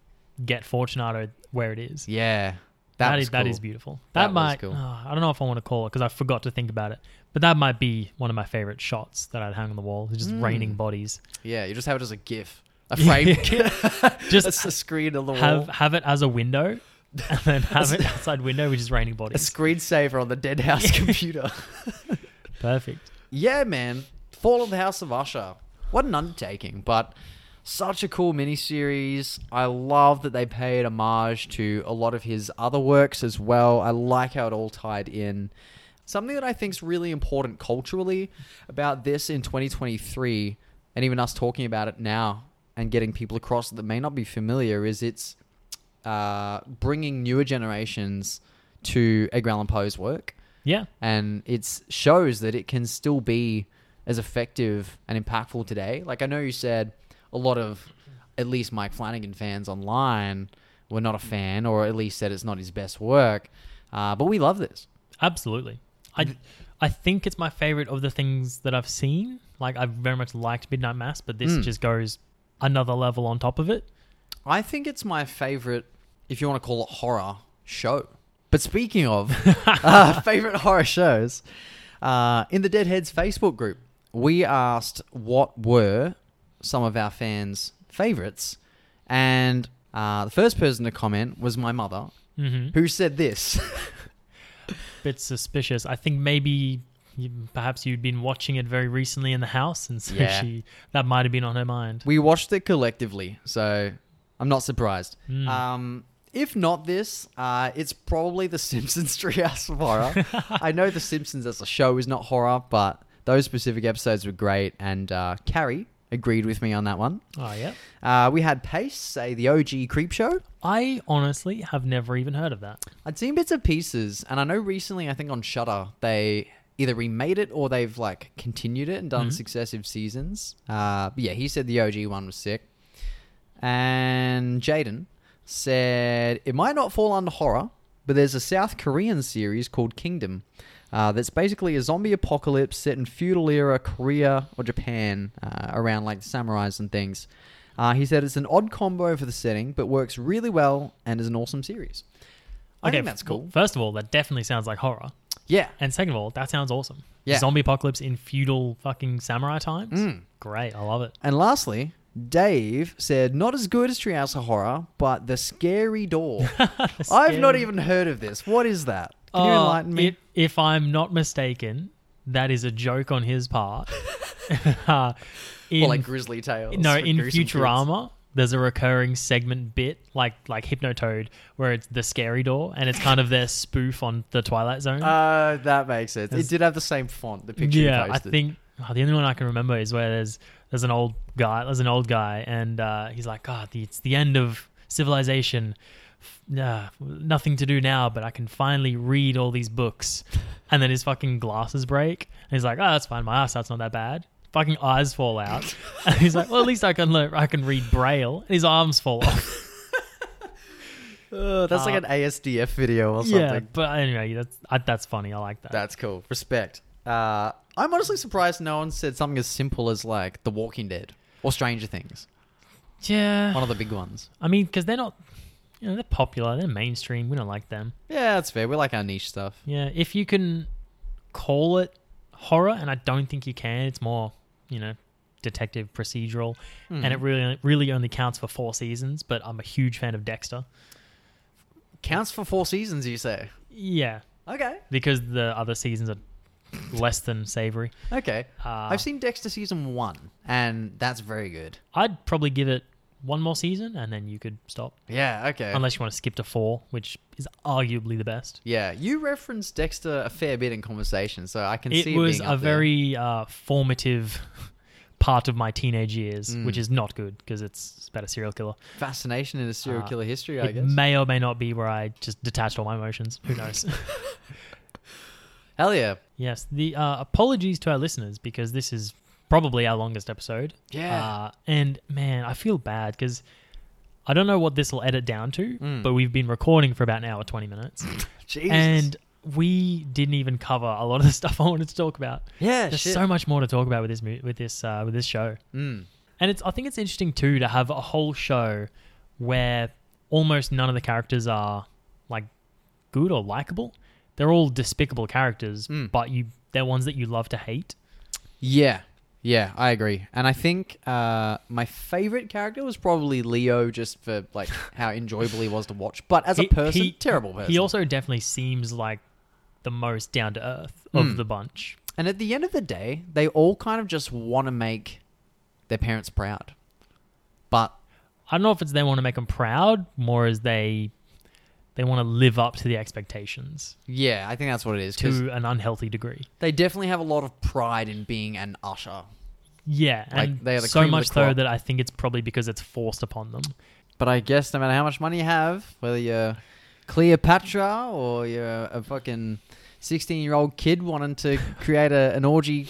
S2: get Fortunato where it is.
S1: yeah. That,
S2: that
S1: was
S2: is that
S1: cool.
S2: is beautiful.
S1: That
S2: That,
S1: was
S2: might
S1: cool.
S2: oh, I don't know if I want to call it because I forgot to think about it, but that might be one of my favorite shots that I'd hang on the wall. It's
S1: Mm.
S2: Just raining bodies.
S1: Yeah, you just have it as a GIF. A frame.
S2: Just
S1: That's a screen on the wall.
S2: Have have it as a window, and then have it outside window, which is raining
S1: a
S2: bodies.
S1: screensaver on the dead house computer.
S2: Perfect.
S1: Yeah, man. Fall of the House of Usher. What an undertaking, but such a cool miniseries. I love that they paid homage to a lot of his other works as well. I like how it all tied in. Something that I think is really important culturally about this in 2023, and even us talking about it now and getting people across that may not be familiar is it's uh, bringing newer generations to Edgar Allan Poe's work,
S2: Yeah.
S1: and it shows that it can still be as effective and impactful today. Like I know you said, a lot of at least Mike Flanagan fans online were not a fan, or at least said it's not his best work. Uh, but we love this.
S2: Absolutely.
S1: Mm-hmm.
S2: I I think it's my favorite of the things that I've seen. Like I very much liked Midnight Mass, but this
S1: Mm.
S2: just goes another level on top of it.
S1: I think it's my favorite, if you want to call it horror show. But speaking of uh, favorite horror shows, uh, in the Deadheads Facebook group, we asked what were some of our fans' favorites, and uh, the first person to comment was my mother,
S2: Mm-hmm.
S1: who said this.
S2: Bit suspicious. I think maybe you, perhaps you'd been watching it very recently in the house, and so
S1: Yeah.
S2: she that might have been on her mind.
S1: we watched it collectively, so I'm not surprised.
S2: Mm.
S1: Um, if not this, uh, it's probably The Simpsons Treehouse of Horror. I know The Simpsons as a show is not horror, but those specific episodes were great, and uh, Carrie agreed with me on that one.
S2: oh yeah.
S1: Uh, we had Pace say the OG Creep Show.
S2: I honestly have never even heard of that.
S1: I'd seen bits and pieces, and I know recently, I think on Shudder, they either remade it or they've like continued it and done
S2: Mhm.
S1: successive seasons. Uh, but yeah, he said the OG one was sick. And Jaden said it might not fall under horror, but there's a South Korean series called Kingdom uh, that's basically a zombie apocalypse set in feudal era Korea or Japan uh, around like the samurais and things. Uh, he said it's an odd combo for the setting, but works really well and is an awesome series. I think that's
S2: f-
S1: cool.
S2: First of all, that definitely sounds like horror.
S1: Yeah.
S2: And second of all, that sounds awesome.
S1: Yeah.
S2: Zombie apocalypse in feudal fucking samurai times.
S1: Mm.
S2: Great. I love it.
S1: And lastly, Dave said, not as good as Treehouse of Horror, but The Scary Door. I've not
S2: Scary-
S1: even heard of this. What is that? Can you
S2: Uh,
S1: enlighten me?
S2: i- if I'm not mistaken, that is a joke on his part. Uh, in,
S1: or like Grizzly Tales?
S2: no,
S1: with
S2: in
S1: gruesome kids?
S2: Futurama, there's a recurring segment bit like like Hypnotoad where it's the scary door and it's kind of their spoof on the Twilight Zone.
S1: Uh, that makes sense. It
S2: There's-
S1: did have the same font, the picture you
S2: yeah, I
S1: posted.
S2: think oh, the only one I can remember is where there's there's an old guy, there's an old guy, and uh, he's like, God, the, it's the end of civilization. Yeah, nothing to do now, but I can finally read all these books. And then his fucking glasses break, and he's like, Oh, that's fine. My eyesight's not that bad. Fucking eyes fall out, and he's like, Well, at least I can learn, I can read braille. And his arms fall off.
S1: Uh, that's like
S2: uh,
S1: an ASDF video or something.
S2: yeah, but anyway, that's I, that's funny. I like that.
S1: That's cool. Respect. Uh, I'm honestly surprised no one said something as simple as like The Walking Dead or Stranger Things,
S2: yeah,
S1: one of the big ones.
S2: I mean, because they're not, you know, they're popular, they're mainstream. We don't like them.
S1: Yeah, that's fair. We like our niche stuff.
S2: Yeah, if you can call it horror, and I don't think you can. It's more, you know, detective procedural,
S1: Hmm.
S2: and it really, really only counts for four seasons. But I'm a huge fan of Dexter.
S1: Counts for four seasons, you say?
S2: Yeah,
S1: Okay.
S2: because the other seasons are less than savory.
S1: Okay.
S2: Uh,
S1: I've seen Dexter season one, and that's very good.
S2: I'd probably give it one more season, and then you could stop,
S1: Yeah, okay.
S2: unless you want to skip to four, which is arguably the best.
S1: yeah, you referenced Dexter a fair bit in conversation, so I can see
S2: it was
S1: being
S2: a
S1: up there.
S2: very uh, formative part of my teenage years,
S1: Mm.
S2: which is not good because it's about a serial killer.
S1: fascination in a serial
S2: Uh,
S1: killer history, I
S2: it
S1: guess.
S2: may or may not be where I just detached all my emotions. Who knows?
S1: Hell yeah.
S2: yes. The uh, apologies to our listeners because this is probably our longest episode.
S1: Yeah.
S2: Uh, and man, I feel bad because I don't know what this will edit down to,
S1: Mm.
S2: but we've been recording for about an hour twenty minutes,
S1: Jesus.
S2: and we didn't even cover a lot of the stuff I wanted to talk about.
S1: yeah,
S2: There's
S1: shit.
S2: so much more to talk about with this mo- with this uh, with this show.
S1: Mm.
S2: And it's I think it's interesting too to have a whole show where almost none of the characters are like good or likable. They're all despicable characters,
S1: Mm.
S2: but you they're ones that you love to hate.
S1: Yeah. Yeah, I agree. And I think uh, my favorite character was probably Leo just for like how enjoyable he was to watch. But as a
S2: He-
S1: person,
S2: he-
S1: terrible person.
S2: He also definitely seems like the most down to earth of
S1: Mm.
S2: the bunch.
S1: And at the end of the day, they all kind of just want to make their parents proud. But
S2: I don't know if it's they want to make them proud, more as they they want to live up to the expectations
S1: yeah, I think that's what it is. Because
S2: to an unhealthy degree.
S1: they definitely have a lot of pride in being an usher.
S2: Yeah,
S1: Like,
S2: and
S1: they are the
S2: so
S1: cream of
S2: much
S1: the
S2: though
S1: crop.
S2: that I think it's probably because it's forced upon them.
S1: But I guess no matter how much money you have, whether you're Cleopatra or you're a fucking 16 year old kid wanting to create a, an orgy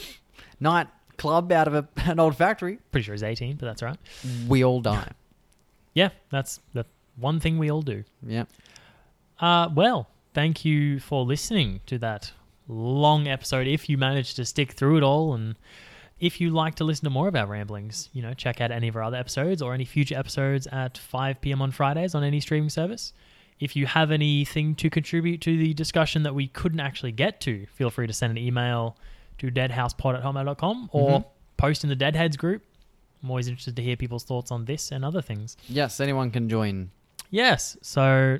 S1: night club out of a, an old factory,
S2: Pretty sure he's 18, but that's all right.
S1: we all die.
S2: Yeah, that's the one thing we all do.
S1: Yeah.
S2: Uh, well, thank you for listening to that long episode. If you managed to stick through it all, and if you like to listen to more of our ramblings, you know, check out any of our other episodes or any future episodes at 5 p.m. on Fridays on any streaming service. If you have anything to contribute to the discussion that we couldn't actually get to, feel free to send an email to deadhousepod at homemail.com or
S1: Mhm.
S2: post in the Deadheads group. I'm always interested to hear people's thoughts on this and other things.
S1: Yes, anyone can join.
S2: Yes, so